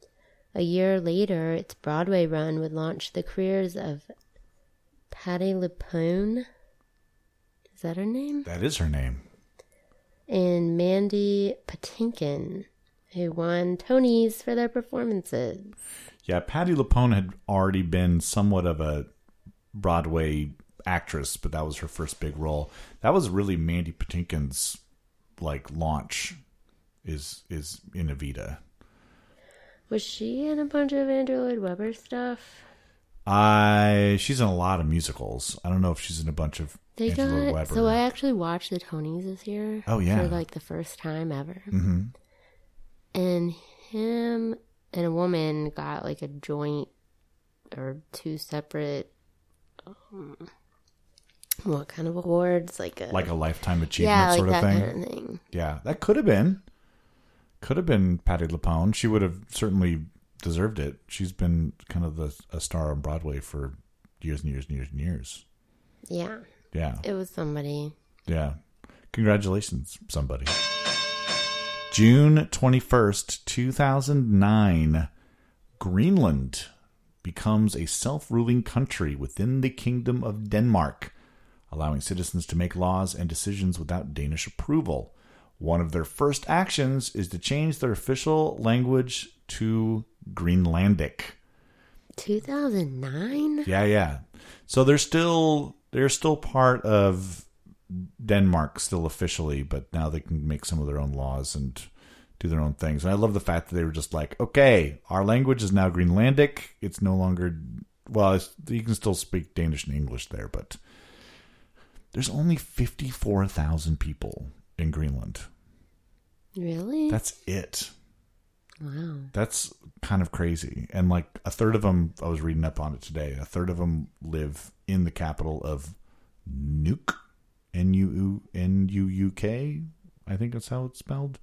Speaker 2: A year later, its Broadway run would launch the careers of Patty LuPone. Is that her name?
Speaker 1: that is her name.
Speaker 2: And Mandy Patinkin, who won Tony's for their performances.
Speaker 1: Yeah, Patty LuPone had already been somewhat of a Broadway actress, but that was her first big role. That was really Mandy Patinkin's like launch is is in Evita.
Speaker 2: Was she in a bunch of Andrew Lloyd Webber stuff?
Speaker 1: I she's in a lot of musicals. I don't know if she's in a bunch of
Speaker 2: They
Speaker 1: Angela
Speaker 2: got
Speaker 1: Weber.
Speaker 2: so I actually watched the Tonys this year.
Speaker 1: Oh, yeah.
Speaker 2: for like the first time ever. Mm-hmm. And him and a woman got like a joint or two separate. Um, what kind of awards? Like a
Speaker 1: like a lifetime achievement
Speaker 2: yeah, like
Speaker 1: sort of
Speaker 2: that
Speaker 1: thing.
Speaker 2: kind of thing.
Speaker 1: Yeah, that could have been. Could have been Patty LuPone. She would have certainly deserved it. She's been kind of the, a star on Broadway for years and years and years and years.
Speaker 2: Yeah,
Speaker 1: Yeah.
Speaker 2: it was somebody.
Speaker 1: Yeah. Congratulations, somebody. June 21st, 2009, Greenland becomes a self ruling country within the Kingdom of Denmark, allowing citizens to make laws and decisions without Danish approval. One of their first actions is to change their official language to Greenlandic.
Speaker 2: 2009.
Speaker 1: Yeah, yeah. So they're still they're still part of Denmark still officially, but now they can make some of their own laws and do their own things. And I love the fact that they were just like, okay, our language is now Greenlandic. It's no longer well, it's, you can still speak Danish and English there, but there's only 54,000 people in Greenland.
Speaker 2: Really?
Speaker 1: That's it.
Speaker 2: wow.
Speaker 1: That's kind of crazy. And like a third of them, I was reading up on it today. A third of them live in the capital of Nuuk, N U U N U U K. I think that's how it's spelled.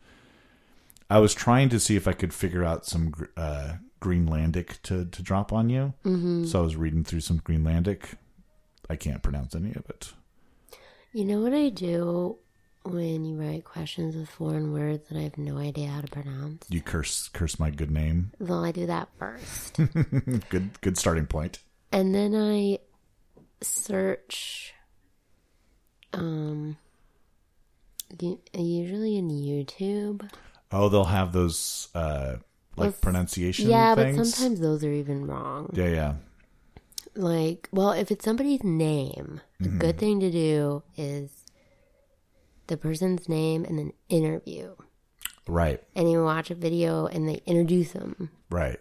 Speaker 1: I was trying to see if I could figure out some gr- uh, Greenlandic to to drop on you. Mm-hmm. So I was reading through some Greenlandic. I can't pronounce any of it.
Speaker 2: You know what I do when you write questions with foreign words that I have no idea how to pronounce?
Speaker 1: You curse curse my good name. *laughs*
Speaker 2: Well, I do that first.
Speaker 1: Hmm. Good good starting point.
Speaker 2: *laughs* and then I search um u- usually in YouTube.
Speaker 1: Oh, they'll have those uh, like
Speaker 2: Well,
Speaker 1: pronunciation.
Speaker 2: yeah,
Speaker 1: things.
Speaker 2: but sometimes those are even wrong.
Speaker 1: Yeah, yeah.
Speaker 2: Like, well, if it's somebody's name, a good thing to do is the person's name and then interview.
Speaker 1: Right,
Speaker 2: And you watch a video and they introduce them.
Speaker 1: right.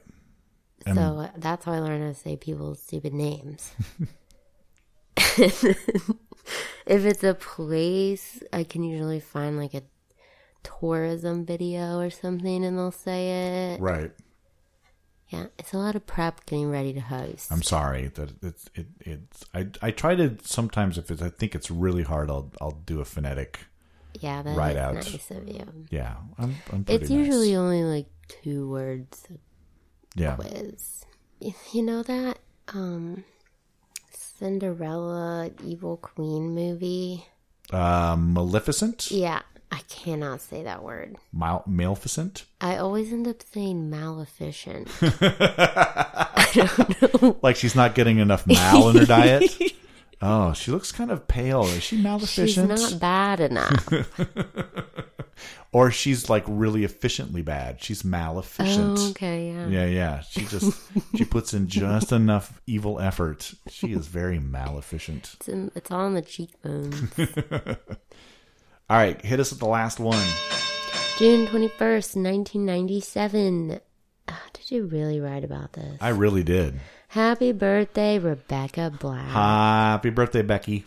Speaker 2: So uh, that's how I learned how to say people's
Speaker 1: *laughs*
Speaker 2: stupid names. if it's a place, I can usually find like a tourism video or something and they'll say it.
Speaker 1: Right.
Speaker 2: Yeah, it's a lot of prep getting ready to host.
Speaker 1: I'm sorry that it's it it's I I try to sometimes if it's I think it's really hard I'll I'll do a phonetic.
Speaker 2: yeah, that's
Speaker 1: right out.
Speaker 2: nice of you.
Speaker 1: Yeah, I'm I'm pretty
Speaker 2: It's
Speaker 1: nice.
Speaker 2: usually only like two words
Speaker 1: yeah.
Speaker 2: quiz. You you know that um Cinderella Evil Queen movie?
Speaker 1: Uh, Maleficent.
Speaker 2: Yeah, I cannot say that word.
Speaker 1: Mal- maleficent.
Speaker 2: I always end up saying maleficent.
Speaker 1: Like she's not getting enough mal in her
Speaker 2: *laughs*
Speaker 1: diet. Oh, she looks kind of pale. Is she
Speaker 2: She's
Speaker 1: maleficent?
Speaker 2: not bad enough.
Speaker 1: Or she's like really efficiently bad. She's maleficent.
Speaker 2: oh, okay, yeah.
Speaker 1: Yeah, yeah. She just she puts in just enough evil effort. She is very maleficent.
Speaker 2: It's, in, it's all in the cheekbones.
Speaker 1: All right, hit us with the last one.
Speaker 2: June 21st, 1997. Ah, did you really write about this?
Speaker 1: I really did.
Speaker 2: Happy birthday, Rebecca Black.
Speaker 1: Happy birthday, Becky.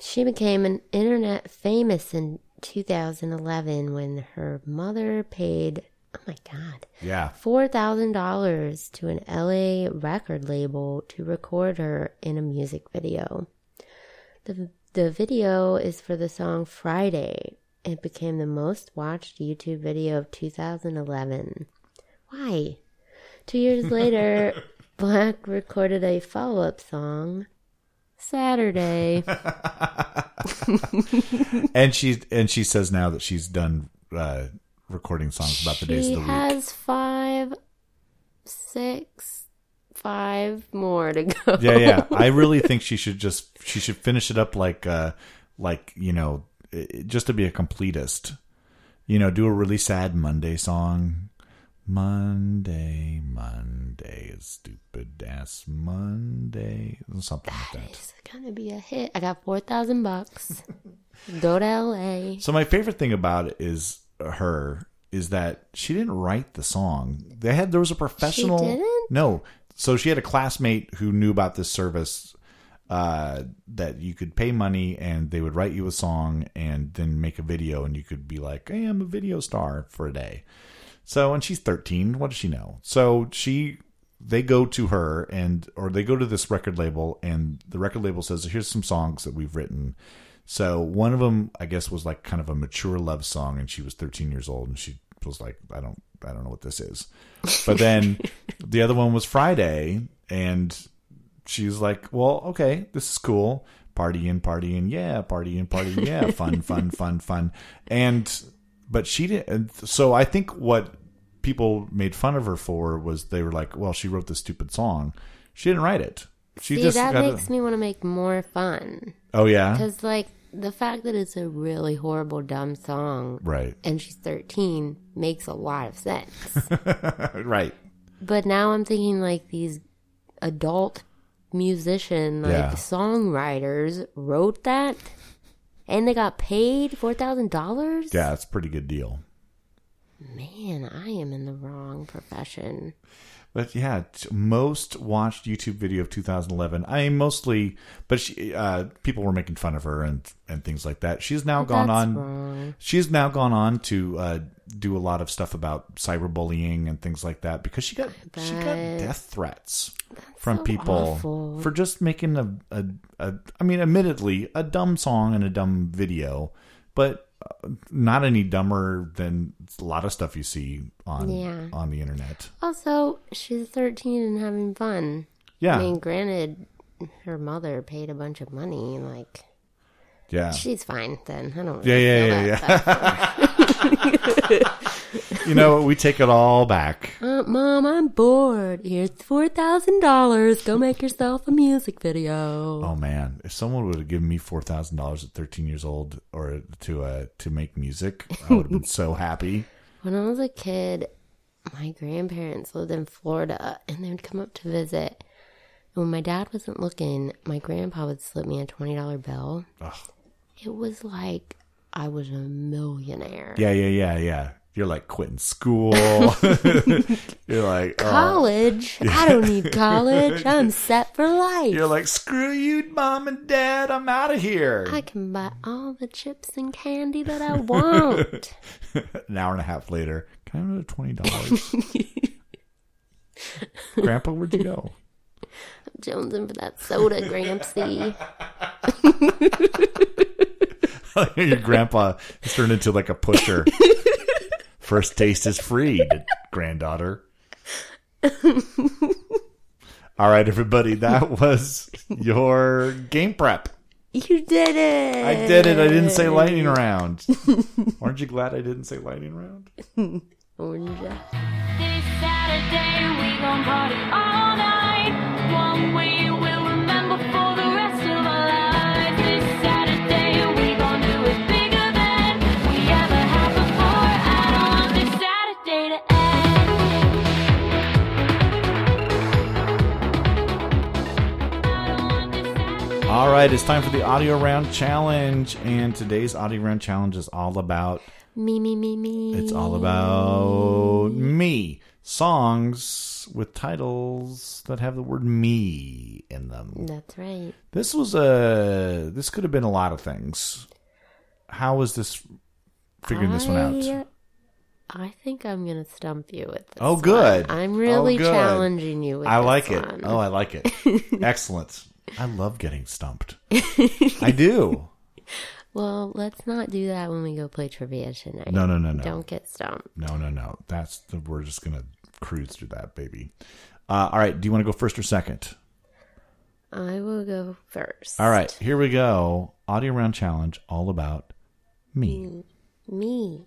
Speaker 2: She became an internet famous in 2011 when her mother paid, oh my God,
Speaker 1: Yeah.
Speaker 2: $4,000 to an LA record label to record her in a music video. The, the video is for the song Friday. It became the most watched YouTube video of 2011. Why? Two
Speaker 1: *laughs*
Speaker 2: years later, Black recorded a follow up song,
Speaker 1: *laughs*
Speaker 2: Saturday.
Speaker 1: And she and she says now that she's done uh, recording songs about the days
Speaker 2: she
Speaker 1: of the week.
Speaker 2: has five, six, five more to *laughs* go.
Speaker 1: yeah yeah i really think she should just she should finish it up like uh like you know i- just to be a completist you know do a really sad monday song monday monday is stupid ass monday something like that
Speaker 2: It's gonna be a hit. I got four
Speaker 1: *laughs*
Speaker 2: thousand bucks. Go to LA.
Speaker 1: so my favorite thing about it is uh, her is that she didn't write the song they had there was a professional
Speaker 2: didn't?
Speaker 1: no so she had a classmate who knew about this service uh, that you could pay money and they would write you a song and then make a video and you could be like, hey, I'm a video star for a day. So, and she's 13. What does she know? So she, they go to her and, or they go to this record label and the record label says, here's some songs that we've written. So one of them, I guess, was like kind of a mature love song and she was 13 years old and she was like, I don't, I don't know what this is. But
Speaker 2: *laughs*
Speaker 1: then the other one was Friday and she's like, well, okay, this is cool. Party in, party in, yeah, party in, party, in,
Speaker 2: *laughs*
Speaker 1: yeah, fun, fun, fun, fun. And, but she didn't. So I think what people made fun of her for was they were like, well, she wrote this stupid song. She didn't write it. She
Speaker 2: See,
Speaker 1: just
Speaker 2: that
Speaker 1: got
Speaker 2: makes me want to make more fun
Speaker 1: Oh, yeah.
Speaker 2: because, like, the fact that it's a really horrible, dumb song,
Speaker 1: Right.
Speaker 2: and she's thirteen, makes a lot
Speaker 1: *laughs*
Speaker 2: of sense.
Speaker 1: right.
Speaker 2: but now I'm thinking like these adult musician, like
Speaker 1: Yeah.
Speaker 2: songwriters, wrote that, and they got paid four thousand dollars.
Speaker 1: Yeah, it's a pretty good deal.
Speaker 2: Man, I am in the wrong profession.
Speaker 1: But yeah, t- most watched YouTube video of 2011. I mean, mostly, but she, uh, people were making fun of her and and things like that. She's now gone
Speaker 2: That's
Speaker 1: on.
Speaker 2: wrong.
Speaker 1: She's now gone on to uh, do a lot of stuff about cyberbullying and things like that because she got she got
Speaker 2: bet.
Speaker 1: death threats from
Speaker 2: so
Speaker 1: people
Speaker 2: awful.
Speaker 1: for just making a, a, a I mean, admittedly, a dumb song and a dumb video, but uh, not any dumber than a lot of stuff you see on
Speaker 2: Yeah.
Speaker 1: on the internet.
Speaker 2: Also, she's 13 and having fun.
Speaker 1: Yeah,
Speaker 2: I mean, granted, her mother paid a bunch of money. Like,
Speaker 1: yeah.
Speaker 2: she's fine then. I don't.
Speaker 1: Yeah,
Speaker 2: really
Speaker 1: yeah,
Speaker 2: feel
Speaker 1: yeah,
Speaker 2: that
Speaker 1: yeah. *laughs* you know, we take it all back.
Speaker 2: Uh, Mom, I'm bored. Here's four thousand dollars. Go make yourself a music video.
Speaker 1: Oh man, if someone would have given me four thousand dollars at thirteen years old or to uh to make music, I would have been so happy.
Speaker 2: When I was a kid, my grandparents lived in Florida, and they would come up to visit. And when my dad wasn't looking, my grandpa would slip me a twenty dollar bill. It was like I was a millionaire.
Speaker 1: *laughs* Yeah, yeah, yeah, yeah. You're like quitting *laughs* school. you're like oh. *laughs*
Speaker 2: college. I don't need college. I'm set for life.
Speaker 1: you're like screw you, mom and dad. I'm out of here.
Speaker 2: I can buy all the chips and candy that I
Speaker 1: *laughs*
Speaker 2: want.
Speaker 1: An hour and a half later, can I have another twenty *laughs* dollars? Grandpa, where'd you go?
Speaker 2: Jonesing for that soda, Grampsy.
Speaker 1: *laughs* Your grandpa has turned into like a pusher. First taste is free, granddaughter. All right, everybody, that was your game prep.
Speaker 2: You did it.
Speaker 1: I did it. I didn't say lightning round. Aren't you glad I didn't say lightning round?
Speaker 2: Orange Jack.
Speaker 7: This Saturday we gon' party all night. One we will remember for the rest of our lives. This Saturday we gon' do it bigger than we ever have before. I don't want this Saturday to end.
Speaker 1: All right, it's time for the audio round challenge, and today's audio round challenge is all about
Speaker 2: Me, me, me, me.
Speaker 1: It's all about me. Songs with titles that have the word me in them.
Speaker 2: That's right.
Speaker 1: This was a this could have been a lot of things. How was this figuring this one out?
Speaker 2: I- I think I'm gonna stump you with this.
Speaker 1: Oh good.
Speaker 2: one. I'm
Speaker 1: Oh,
Speaker 2: really
Speaker 1: good.
Speaker 2: challenging you with
Speaker 1: I
Speaker 2: this
Speaker 1: like it.
Speaker 2: one.
Speaker 1: Oh, I like it.
Speaker 2: *laughs*
Speaker 1: Excellent. I love getting stumped. I do.
Speaker 2: Well, let's not do that when we go play trivia tonight.
Speaker 1: No, no, no, no.
Speaker 2: Don't get stumped.
Speaker 1: No, no, no. That's the, we're just gonna cruise through that, baby. Uh, all right. Do you want to go first or second?
Speaker 2: I will go first.
Speaker 1: All right, here we go. Audio round challenge, all about me.
Speaker 2: Me.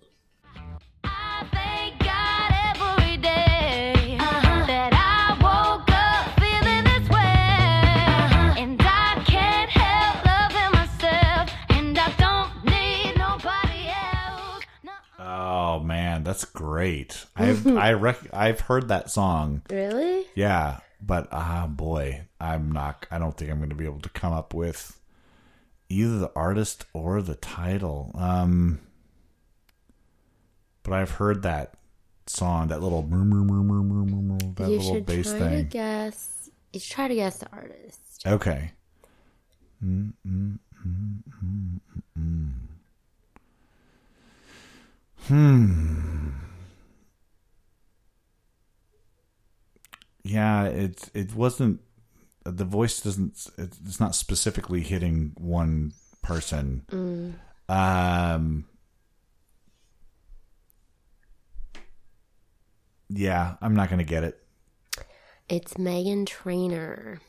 Speaker 7: I thank God every day that I woke up feeling this way, and I can't help loving myself, and I don't need nobody else.
Speaker 1: Oh man, that's
Speaker 2: *laughs*
Speaker 1: great. I've I rec- I've heard that song.
Speaker 2: Really?
Speaker 1: Yeah, but ah boy, I'm not. I don't think I'm going to be able to come up with either the artist or the title. Um, but I've heard that song, that little murmur, murmur, murmur, murmur, that
Speaker 2: you
Speaker 1: little
Speaker 2: should
Speaker 1: bass
Speaker 2: try to
Speaker 1: thing.
Speaker 2: guess. You should try to guess the artist.
Speaker 1: Okay. Hmm. Hmm. Yeah, it it wasn't. The voice doesn't. It's not specifically hitting one person.
Speaker 2: Mm.
Speaker 1: Um. Yeah, I'm not gonna get it.
Speaker 2: It's Megan Trainer.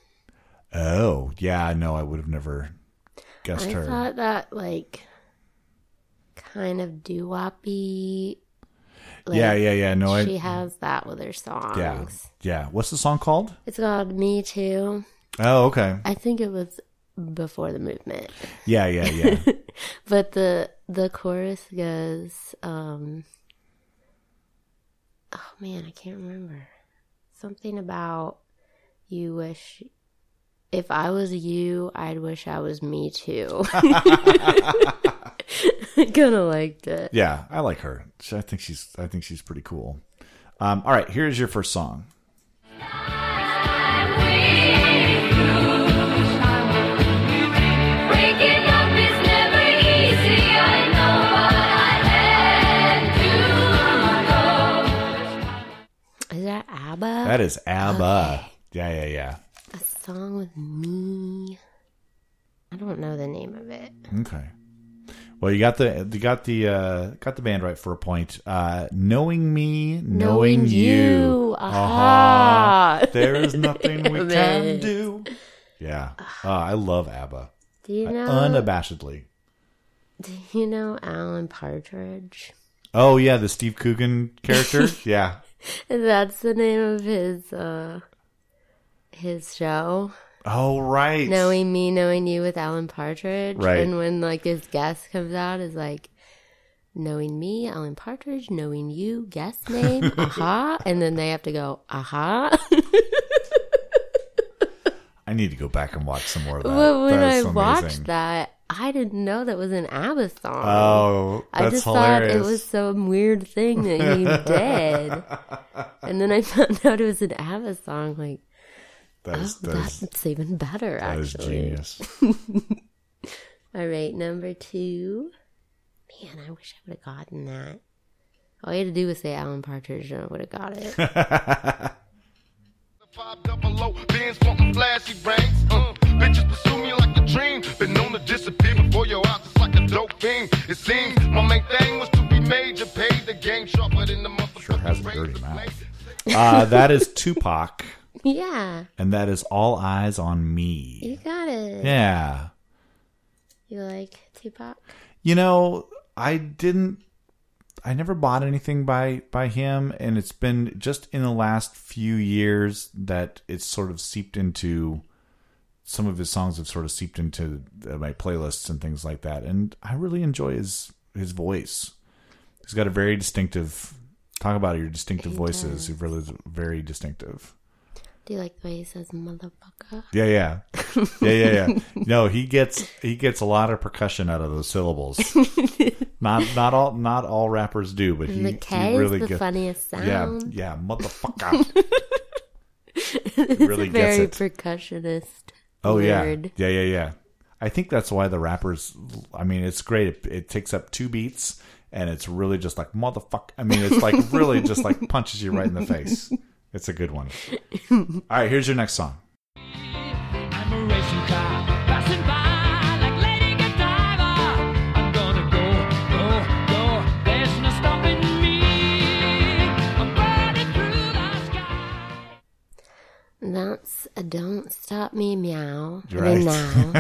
Speaker 1: Oh, yeah, no, I would have never guessed
Speaker 2: I
Speaker 1: her.
Speaker 2: thought that like kind of doo woppy.
Speaker 1: yeah, yeah, yeah. No, I
Speaker 2: she has that with her songs.
Speaker 1: yeah. Yeah. What's the song called?
Speaker 2: It's called Me Too.
Speaker 1: Oh, okay.
Speaker 2: I think it was before the movement.
Speaker 1: Yeah, yeah, *laughs* yeah.
Speaker 2: But the the chorus goes, um Oh man, I can't remember. Something about you wish if I was you, I'd wish I was me too. *laughs* I kinda liked it.
Speaker 1: yeah, I like her. She- I think she's I think she's pretty cool. Um, all right, here's your first song.
Speaker 7: Breaking up is never easy. I know, but I had to go.
Speaker 2: Is that ABBA?
Speaker 1: That is ABBA. Yeah, yeah, yeah.
Speaker 2: a song with me. I don't know the name of it.
Speaker 1: Okay. Well, you got the you got the uh, got the band right for a point. Uh, knowing me, knowing, you. Aha.
Speaker 2: Aha.
Speaker 1: There is nothing *laughs* we
Speaker 2: Damn
Speaker 1: can
Speaker 2: it.
Speaker 1: do. Yeah. Oh, I love ABBA.
Speaker 2: Do you know
Speaker 1: Unabashedly.
Speaker 2: Do you know Alan Partridge?
Speaker 1: Oh yeah, the Steve Coogan
Speaker 2: *laughs*
Speaker 1: character. yeah.
Speaker 2: That's the name of his uh his show.
Speaker 1: Oh right.
Speaker 2: Knowing me, knowing you with Alan Partridge.
Speaker 1: Right.
Speaker 2: And when like his guest comes out is like Knowing me, Alan Partridge, knowing you,
Speaker 1: *laughs*
Speaker 2: guest name, aha. And then they have to go, aha.
Speaker 1: I need to go back and watch some more of that.
Speaker 2: *laughs* but when
Speaker 1: That's
Speaker 2: I
Speaker 1: amazing.
Speaker 2: watched that, I didn't know that was an ABBA song.
Speaker 1: Oh, that's
Speaker 2: I just
Speaker 1: hilarious.
Speaker 2: thought it was some weird thing that you did.
Speaker 1: *laughs*
Speaker 2: And then I found *laughs* out it was an ABBA song. Like,
Speaker 1: that is, that is,
Speaker 2: Oh, that's even better,
Speaker 1: that is
Speaker 2: actually.
Speaker 1: genius.
Speaker 2: *laughs* All right, number two. Man, I wish I would have gotten that. All you had to do was say Alan Partridge and I would have got
Speaker 1: *laughs*
Speaker 2: it.
Speaker 8: Five double O, bands bumping flashy bangs. Uh, bitches pursue me like a dream. Been known to disappear before your eyes, just like a dope fiend. It seems my main thing was to be major, paid the game sharper than the motherfucker.
Speaker 1: Sure has a dirty mouth. Uh, that is Tupac,
Speaker 2: yeah,
Speaker 1: and that is All Eyes on Me.
Speaker 2: you got it.
Speaker 1: Yeah.
Speaker 2: You like Tupac?
Speaker 1: You know, I didn't. I never bought anything by by him, and it's been just in the last few years that it's sort of seeped into. Some of his songs have sort of seeped into uh, my playlists and things like that, and I really enjoy his his voice. He's got a very distinctive. Talk about your distinctive voices. He really is very distinctive.
Speaker 2: Do you like the way he says motherfucker?
Speaker 1: Yeah, yeah, yeah, yeah, yeah. No, he gets he gets a lot of percussion out of those
Speaker 2: *laughs*
Speaker 1: syllables. not not all not all rappers do, but he,
Speaker 2: the K
Speaker 1: he really
Speaker 2: is the
Speaker 1: gets.
Speaker 2: funniest
Speaker 1: yeah,
Speaker 2: sound.
Speaker 1: yeah,
Speaker 2: *laughs*
Speaker 1: motherfucker. he really gets
Speaker 2: Very
Speaker 1: it.
Speaker 2: percussionist.
Speaker 1: oh
Speaker 2: word.
Speaker 1: yeah, yeah, yeah, yeah. I think that's why the rappers. I mean, it's great. It, it takes up two beats, and it's really just like motherfucker. I mean, it's like really just like
Speaker 2: *laughs*
Speaker 1: punches you right in the face. It's a good one. All right, here's your next song.
Speaker 7: I'm a racing car, passing by like Lady Godiva. I'm gonna go, go, go. There's no stopping me. I'm burning through the sky.
Speaker 2: That's a Don't Stop Me Meow. I
Speaker 1: Right. *laughs*
Speaker 2: mean, now.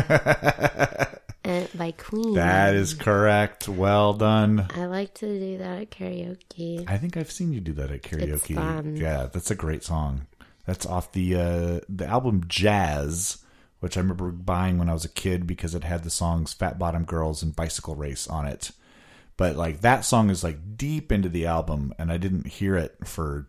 Speaker 2: Uh, by Queen.
Speaker 1: That is correct. Well done.
Speaker 2: I like to do that at karaoke.
Speaker 1: I think I've seen you do that at karaoke.
Speaker 2: It's fun.
Speaker 1: Yeah, that's a great song. That's off the uh, the album Jazz, which I remember buying when I was a kid because it had the songs Fat Bottom Girls and Bicycle Race on it. But like that song is like deep into the album, and I didn't hear it for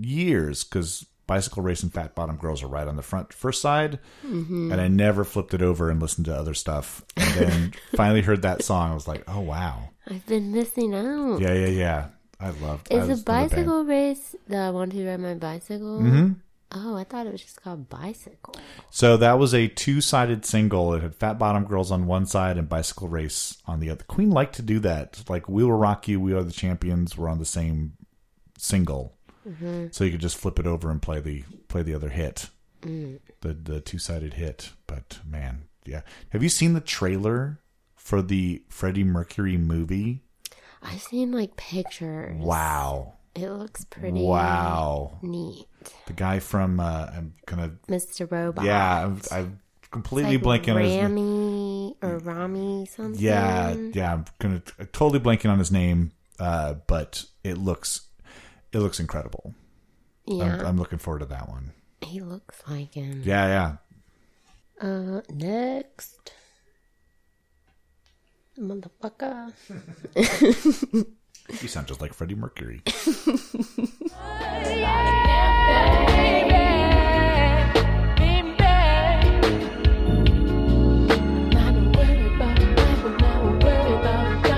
Speaker 1: years because Bicycle Race and Fat Bottom Girls are right on the front first side,
Speaker 2: Mm-hmm.
Speaker 1: and I never flipped it over and listened to other stuff. And then
Speaker 2: *laughs*
Speaker 1: finally heard that song, I was like, oh wow,
Speaker 2: I've been missing out.
Speaker 1: yeah, yeah, yeah. I loved. I was
Speaker 2: Is the
Speaker 1: the band.
Speaker 2: bicycle race the one who ride my bicycle?
Speaker 1: Mm-hmm.
Speaker 2: Oh, I thought it was just called bicycle.
Speaker 1: So that was a two-sided single. It had Fat Bottom Girls on one side and Bicycle Race on the other. Queen liked to do that. Like We Will Rock You, We Are the Champions were on the same single,
Speaker 2: Mm-hmm.
Speaker 1: so you could just flip it over and play the play the other hit,
Speaker 2: Mm.
Speaker 1: the the two-sided hit. But man, yeah. Have you seen the trailer for the Freddie Mercury movie?
Speaker 2: I've seen like pictures.
Speaker 1: Wow,
Speaker 2: It looks pretty.
Speaker 1: wow.
Speaker 2: Neat,
Speaker 1: The guy from uh, I'm gonna
Speaker 2: Mr. Robot.
Speaker 1: yeah, I'm, I'm completely
Speaker 2: Like
Speaker 1: blanking on his name.
Speaker 2: Rami or Rami something.
Speaker 1: Yeah, yeah, I'm gonna I'm totally blanking on his name, uh, but it looks it looks incredible.
Speaker 2: yeah.
Speaker 1: I'm, I'm looking forward to that one.
Speaker 2: he looks like him.
Speaker 1: Yeah, yeah.
Speaker 2: Uh, next. Motherfucker.
Speaker 1: You sound just like Freddie Mercury.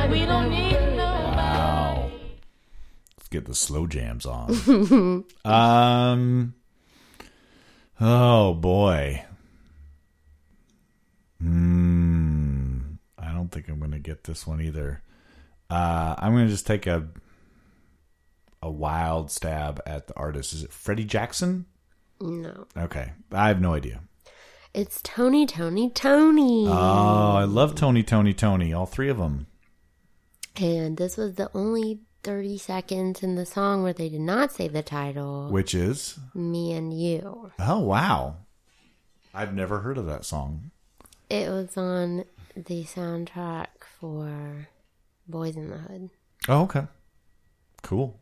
Speaker 7: We don't need no.
Speaker 1: Wow. Let's get the slow jams on. um. Oh boy. Hmm. I don't think I'm gonna get this one either. Uh, I'm gonna just take a a wild stab at the artist. Is it Freddie Jackson?
Speaker 2: No.
Speaker 1: Okay, I have no idea.
Speaker 2: It's Tony, Tony, Tony.
Speaker 1: Oh, I love Tony, Tony, Tony. All three of them.
Speaker 2: and this was the only 30 seconds in the song where they did not say the title,
Speaker 1: Which is
Speaker 2: Me and You.
Speaker 1: oh wow. I've never heard of that song.
Speaker 2: It was on the soundtrack for Boys in the Hood.
Speaker 1: Oh, okay. Cool.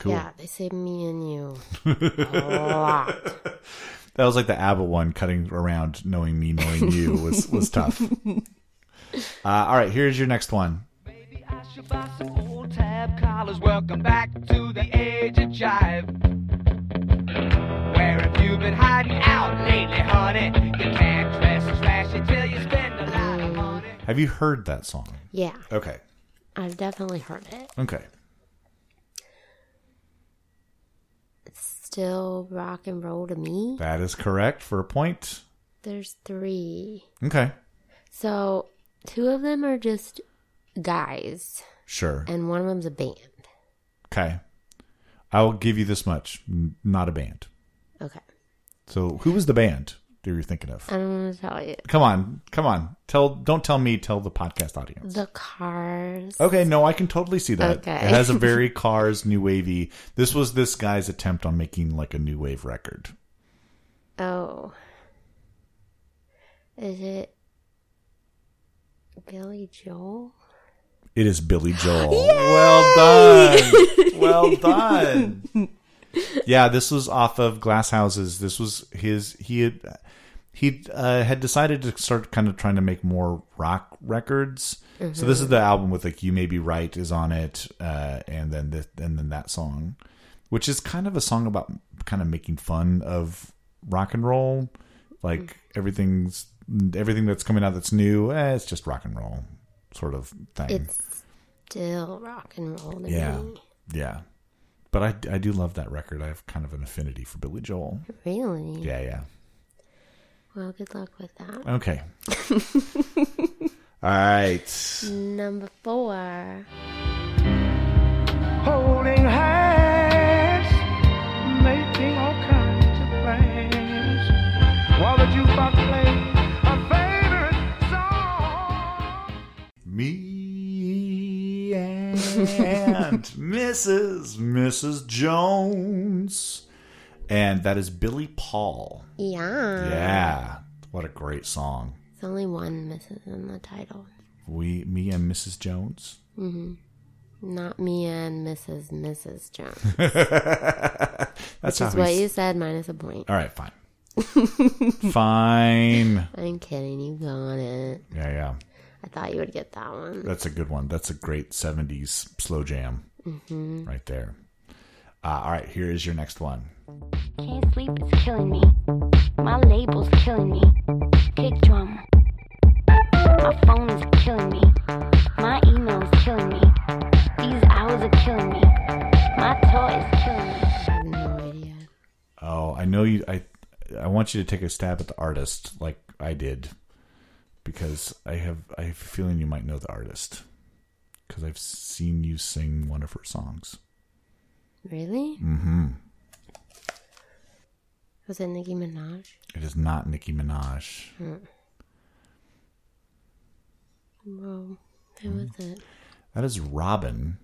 Speaker 1: Cool.
Speaker 2: Yeah, they say Me and You.
Speaker 1: That was like the ABBA one, cutting around knowing me, knowing you was was tough. Uh, all right, here's your next one.
Speaker 7: Maybe I should buy some old tab collars. Welcome back to the age of jive. Where have you been hiding out lately, honey? You can't dress flashy till you spend a lot of money.
Speaker 1: Have you heard that song?
Speaker 2: Yeah,
Speaker 1: Okay.
Speaker 2: I've definitely heard it.
Speaker 1: Okay.
Speaker 2: Still rock and roll to me.
Speaker 1: That is correct for a point.
Speaker 2: There's three.
Speaker 1: Okay.
Speaker 2: So, two of them are just guys,
Speaker 1: Sure.
Speaker 2: and one of them's a band.
Speaker 1: Okay. I will give you this much. N- Not a band.
Speaker 2: Okay.
Speaker 1: So who was the band that you're thinking of?
Speaker 2: I don't want to tell you.
Speaker 1: Come on, come on. Tell don't tell me, tell the podcast audience.
Speaker 2: The Cars.
Speaker 1: Okay, no, I can totally see that.
Speaker 2: Okay.
Speaker 1: It has a very *laughs* cars new wavy. This was this guy's attempt on making like a new wave record.
Speaker 2: Oh. Is it Billy Joel?
Speaker 1: It is Billy Joel. Well done. Well done. yeah, this was off of Glass Houses. This was his. He had he uh, had decided to start kind of trying to make more rock records. So this is the album with like "You May Be Right" is on it, uh, and then the, and then that song, which is kind of a song about kind of making fun of rock and roll, like everything's everything that's coming out that's new. Eh, it's just rock and roll sort of thing.
Speaker 2: It's still rock and roll to
Speaker 1: Yeah.
Speaker 2: me.
Speaker 1: Yeah. But I, I do love that record. I have kind of an affinity for Billy Joel.
Speaker 2: Really?
Speaker 1: Yeah, yeah.
Speaker 2: Well, good luck with that. *laughs*
Speaker 1: Okay. All right.
Speaker 2: Number four.
Speaker 9: holding hands, making all kinds of plans. While the jukebox plays a favorite song.
Speaker 1: Me and Mrs. Mrs. Jones. And that is Billy Paul.
Speaker 2: Yeah.
Speaker 1: Yeah. What a great song.
Speaker 2: It's only one Mrs. in the title.
Speaker 1: We me and Mrs. Jones.
Speaker 2: Not me and Mrs. Mrs. Jones.
Speaker 1: *laughs* That's
Speaker 2: Which is
Speaker 1: how
Speaker 2: what
Speaker 1: he's-
Speaker 2: you said, minus a point.
Speaker 1: All right, fine. *laughs* fine.
Speaker 2: I'm kidding. You got it.
Speaker 1: Yeah, yeah.
Speaker 2: I thought you would get that one.
Speaker 1: That's a good one. That's a great 70s slow jam right there. Uh, all right, here is your next one.
Speaker 7: Can't sleep, it's killing me. My label's killing me. Kick drum. My phone is killing me. My email is killing me. These hours are killing me. My toy is killing me.
Speaker 2: I have no idea.
Speaker 1: Oh, I know you. I I want you to take a stab at the artist like I did because I have I have a feeling you might know the artist because I've seen you sing one of her songs.
Speaker 2: Really?
Speaker 1: Mm-hmm.
Speaker 2: Was it Nicki Minaj?
Speaker 1: It is not Nicki Minaj.
Speaker 2: Well,
Speaker 1: Mm.
Speaker 2: who was it?
Speaker 1: That is Robin.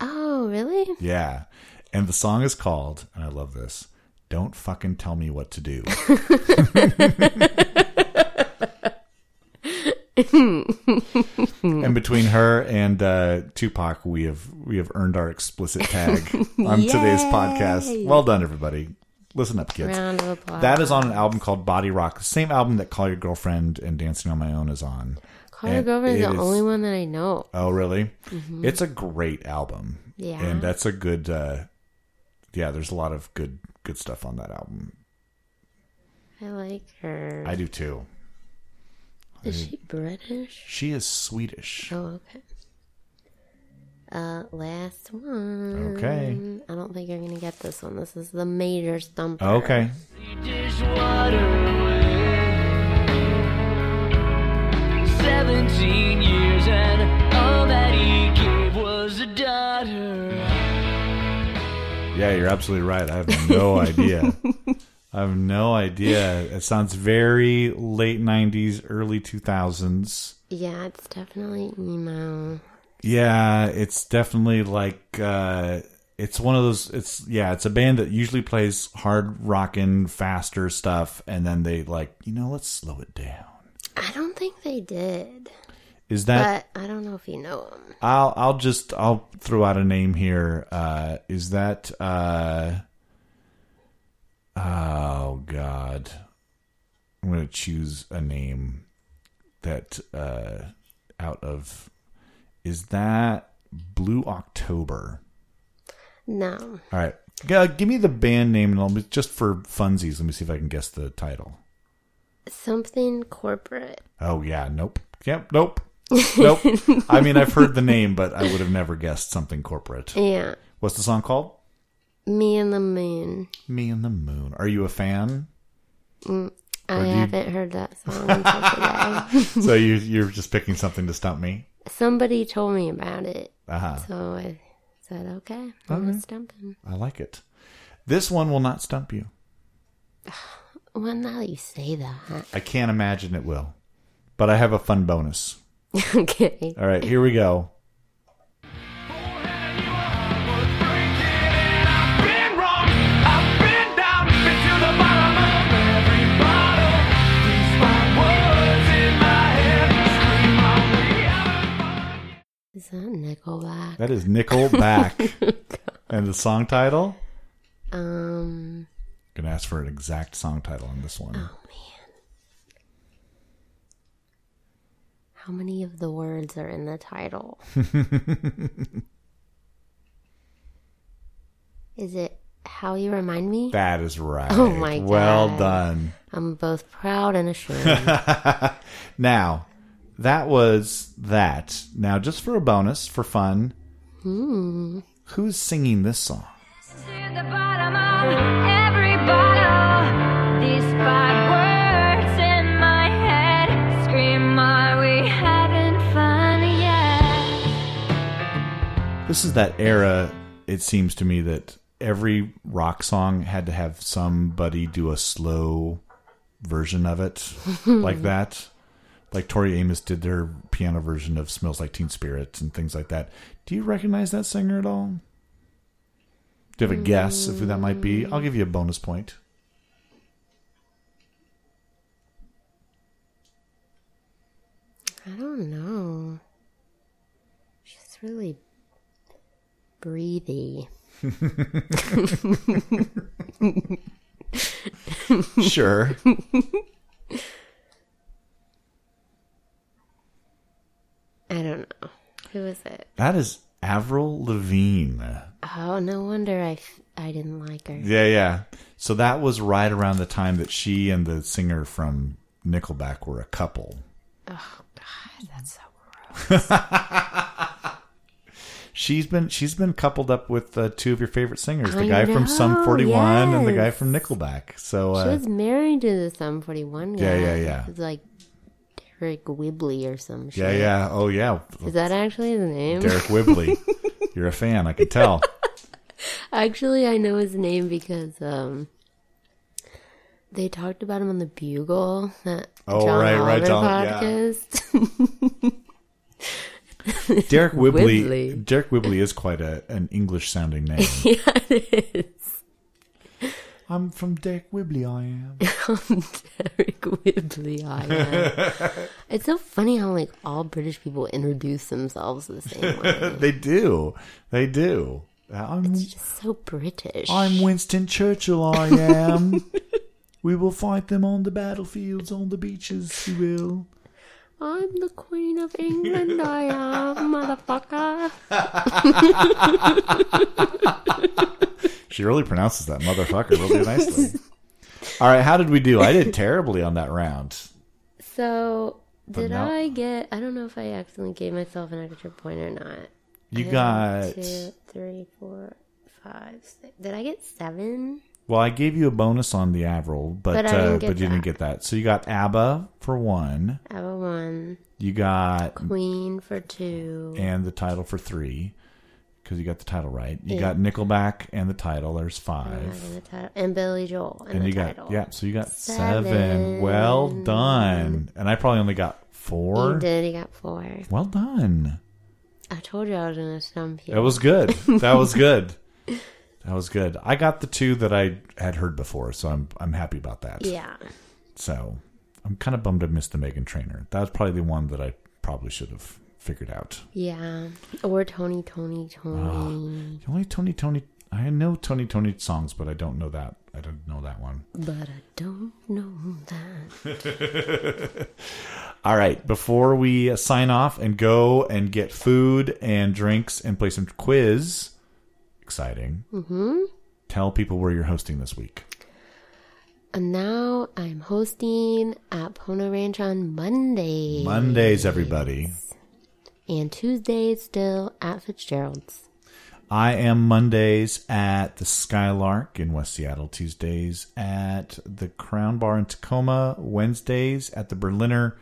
Speaker 2: Oh, really?
Speaker 1: Yeah. And the song is called, and I love this, Don't Fucking Tell Me What to Do. and between her and uh, Tupac, we have we have earned our explicit tag on today's podcast. Well done, everybody. Listen up, kids.
Speaker 2: Round of applause.
Speaker 1: That is on an album called Body Rock, the same album that Call Your Girlfriend and Dancing on My Own is on.
Speaker 2: Carter
Speaker 1: and
Speaker 2: Grover is
Speaker 1: it
Speaker 2: the
Speaker 1: is-
Speaker 2: only one that I know.
Speaker 1: Oh, really? It's a great album.
Speaker 2: Yeah.
Speaker 1: And that's a good uh yeah, there's a lot of good good stuff on that album.
Speaker 2: I like her.
Speaker 1: I do too.
Speaker 2: is she British?
Speaker 1: She is Swedish.
Speaker 2: Oh, okay. Uh, last one.
Speaker 1: Okay.
Speaker 2: I don't think you're gonna get this one. This is the major stumper.
Speaker 1: Okay.
Speaker 9: Dish water away. Seventeen years and all that he gave was a daughter.
Speaker 1: Yeah, you're absolutely right. I have
Speaker 9: *laughs*
Speaker 1: no idea. I have no idea. It sounds very late 90s, early 2000s.
Speaker 2: Yeah, it's definitely emo.
Speaker 1: Yeah, it's definitely like uh it's one of those it's yeah, it's a band that usually plays hard rockin' faster stuff and then they like, you know, let's slow it down.
Speaker 2: I don't think they did,
Speaker 1: Is that
Speaker 2: but I don't know if you know them.
Speaker 1: I'll I'll just I'll throw out a name here. Uh is that uh Oh god. I'm going to choose a name that uh out of is that Blue October?
Speaker 2: No,
Speaker 1: All right. Uh, give me the band name and I'll be, just for funsies, let me see if I can guess the title.
Speaker 2: something corporate.
Speaker 1: Oh yeah, nope. Yep, nope. Nope. I mean, I've heard the name, but I would have never guessed something corporate.
Speaker 2: Yeah,
Speaker 1: What's the song called?
Speaker 2: me and the moon.
Speaker 1: Me and the Moon. Are you a fan?
Speaker 2: I
Speaker 1: Or do you-
Speaker 2: haven't heard that
Speaker 1: *laughs*
Speaker 2: song until today.
Speaker 1: so you you're just picking something to stump me.
Speaker 2: Somebody told me about it,
Speaker 1: Uh-huh.
Speaker 2: so I said, "Okay, I'm okay. stumping."
Speaker 1: I like it. This one will not stump you.
Speaker 2: Well, now that you say that, *laughs*
Speaker 1: I can't imagine it will. But I have a fun bonus.
Speaker 2: okay.
Speaker 1: All right, here we go.
Speaker 9: been wrong. I've been down, been to the bottom of every bottle. These five words in my head scream my way
Speaker 2: Is that Nickelback?
Speaker 1: That is Nickelback. and the song title?
Speaker 2: Um,
Speaker 1: Gonna ask for an exact song title on this one.
Speaker 2: Oh. how many of the words are in the title? is it How You Remind Me?
Speaker 1: That is right.
Speaker 2: Oh my
Speaker 1: Well
Speaker 2: God.
Speaker 1: done.
Speaker 2: I'm both proud and
Speaker 1: *laughs*
Speaker 2: ashamed.
Speaker 1: Now, that was that. Now, just for a bonus, for fun,
Speaker 2: Hmm.
Speaker 1: who's singing this song?
Speaker 7: To the bottom of every bottle, these five words in my head scream, Are we having fun yet?
Speaker 1: This is that era, it seems to me, that every rock song had to have somebody do a slow version of it, like that. Like Tori Amos did their piano version of Smells Like Teen Spirit and things like that. Do you recognize that singer at all? Do you have a guess of who that might be? I'll give you a bonus point.
Speaker 2: I don't know. She's really breathy.
Speaker 1: Sure.
Speaker 2: I don't know. Who is it?
Speaker 1: *laughs* that is Avril Lavigne.
Speaker 2: Oh, no wonder I, f- I didn't like her.
Speaker 1: Yeah, yeah. So that was right around the time that she and the singer from Nickelback were a couple.
Speaker 2: Oh,
Speaker 1: *laughs* She's been she's been coupled up with uh, two of your favorite singers, the
Speaker 2: I
Speaker 1: guy from Sum
Speaker 2: know,
Speaker 1: 41 and the guy
Speaker 2: yes.
Speaker 1: from Nickelback. So
Speaker 2: She
Speaker 1: uh,
Speaker 2: was married to the Sum 41 guy.
Speaker 1: Yeah, yeah, yeah.
Speaker 2: It's like Derek Wibley or some shit.
Speaker 1: yeah, yeah, oh yeah,
Speaker 2: Is that actually his name?
Speaker 1: Derek
Speaker 2: *laughs*
Speaker 1: Wibley. You're a fan, I can tell.
Speaker 2: Actually, I know his name because um, they talked about him on the Bugle. That
Speaker 1: Oh,
Speaker 2: John
Speaker 1: right, right,
Speaker 2: Oliver
Speaker 1: John- yeah.
Speaker 2: podcast.
Speaker 1: Derek Wibley,
Speaker 2: Wibley.
Speaker 1: Derek Wibley is quite a, an English sounding name.
Speaker 2: *laughs* Yeah, it *laughs* is.
Speaker 1: I'm from Derek Wibley, I am.
Speaker 2: I'm Derek Wibley. I am.
Speaker 1: *laughs*
Speaker 2: it's so funny how like all British people introduce themselves the same way.
Speaker 1: they do, they do. I'm
Speaker 2: It's just so British.
Speaker 1: I'm Winston Churchill,
Speaker 2: *laughs*
Speaker 1: I am. we will fight them on the battlefields, on the beaches, we will.
Speaker 2: I'm the Queen of England.
Speaker 1: *laughs*
Speaker 2: I am, motherfucker.
Speaker 1: She really pronounces that motherfucker
Speaker 2: *laughs*
Speaker 1: really nicely. All right, how did we do? I did terribly on that round.
Speaker 2: So did
Speaker 1: now-
Speaker 2: I get? I don't know if I accidentally gave myself an extra point or not.
Speaker 1: You
Speaker 2: I
Speaker 1: got.
Speaker 2: have two, three, four, five, six. Did I get seven?
Speaker 1: Well, I gave you a bonus on the Avril, but,
Speaker 2: But I
Speaker 1: uh,
Speaker 2: didn't
Speaker 1: but
Speaker 2: get
Speaker 1: you didn't
Speaker 2: that.
Speaker 1: get that. So you got ABBA for one.
Speaker 2: I have a one.
Speaker 1: You got.
Speaker 2: Queen for two.
Speaker 1: And the title for three, because you got the title right. You got Nickelback and the title. There's five.
Speaker 2: And, the title, and Billy Joel. And,
Speaker 1: and
Speaker 2: the
Speaker 1: you
Speaker 2: title.
Speaker 1: got yeah so you got seven.
Speaker 2: Seven.
Speaker 1: well done and i probably only got four
Speaker 2: You did. You got four.
Speaker 1: well done
Speaker 2: I told you I was gonna stump you.
Speaker 1: that was good that
Speaker 2: *laughs*
Speaker 1: was good that was good i got the two that i had heard before so i'm i'm happy about that
Speaker 2: yeah.
Speaker 1: so i'm kind of bummed i missed the megan trainer that was probably the one that i probably should have figured out
Speaker 2: Yeah. Or Tony, Tony,
Speaker 1: Ah.
Speaker 2: Tony.
Speaker 1: the only tony tony i know tony tony songs but i don't know that i don't know that one
Speaker 2: But I don't know that.
Speaker 1: All right, before we uh, sign off and go and get food and drinks and play some quiz, exciting. Mm-hmm. Tell people where you're hosting this week.
Speaker 2: And now I'm hosting at Pono Ranch on Monday.
Speaker 1: Mondays, everybody.
Speaker 2: and Tuesdays still at Fitzgerald's.
Speaker 1: I am Mondays at the Skylark in West Seattle, Tuesdays at the Crown Bar in Tacoma, Wednesdays at the Berliner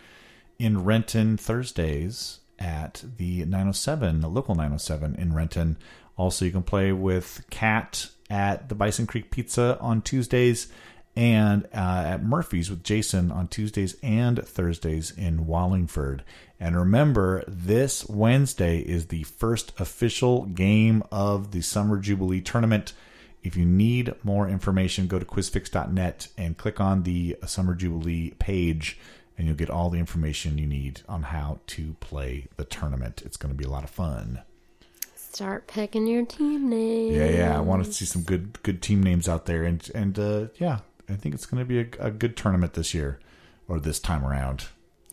Speaker 1: in Renton, Thursdays at the 907, the local 907 in Renton. Also, you can play with Kat at the Bison Creek Pizza on Tuesdays and uh, at Murphy's with Jason on Tuesdays and Thursdays in Wallingford. And remember, this Wednesday is the first official game of the Summer Jubilee Tournament. If you need more information, go to quizfix.net and click on the Summer Jubilee page and you'll get all the information you need on how to play the tournament. It's going to be a lot of fun.
Speaker 2: Start picking your team name.
Speaker 1: Yeah, yeah. I want to see some good good team names out there, and and uh, yeah, I think it's going to be a, a good tournament this year or this time around.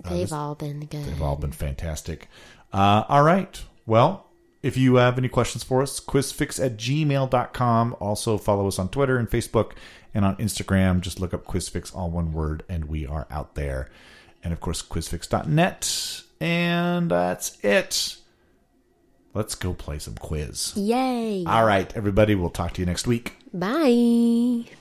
Speaker 2: They've all been good.
Speaker 1: They've all been fantastic. Uh, all right. Well, if you have any questions for us, quizfix at gmail.com. Also, follow us on Twitter and Facebook and on Instagram. Just look up quizfix, all one word, and we are out there. And of course, quizfix.net. And that's it. Let's go play some quiz.
Speaker 2: Yay.
Speaker 1: All right, everybody. We'll talk to you next week.
Speaker 2: Bye.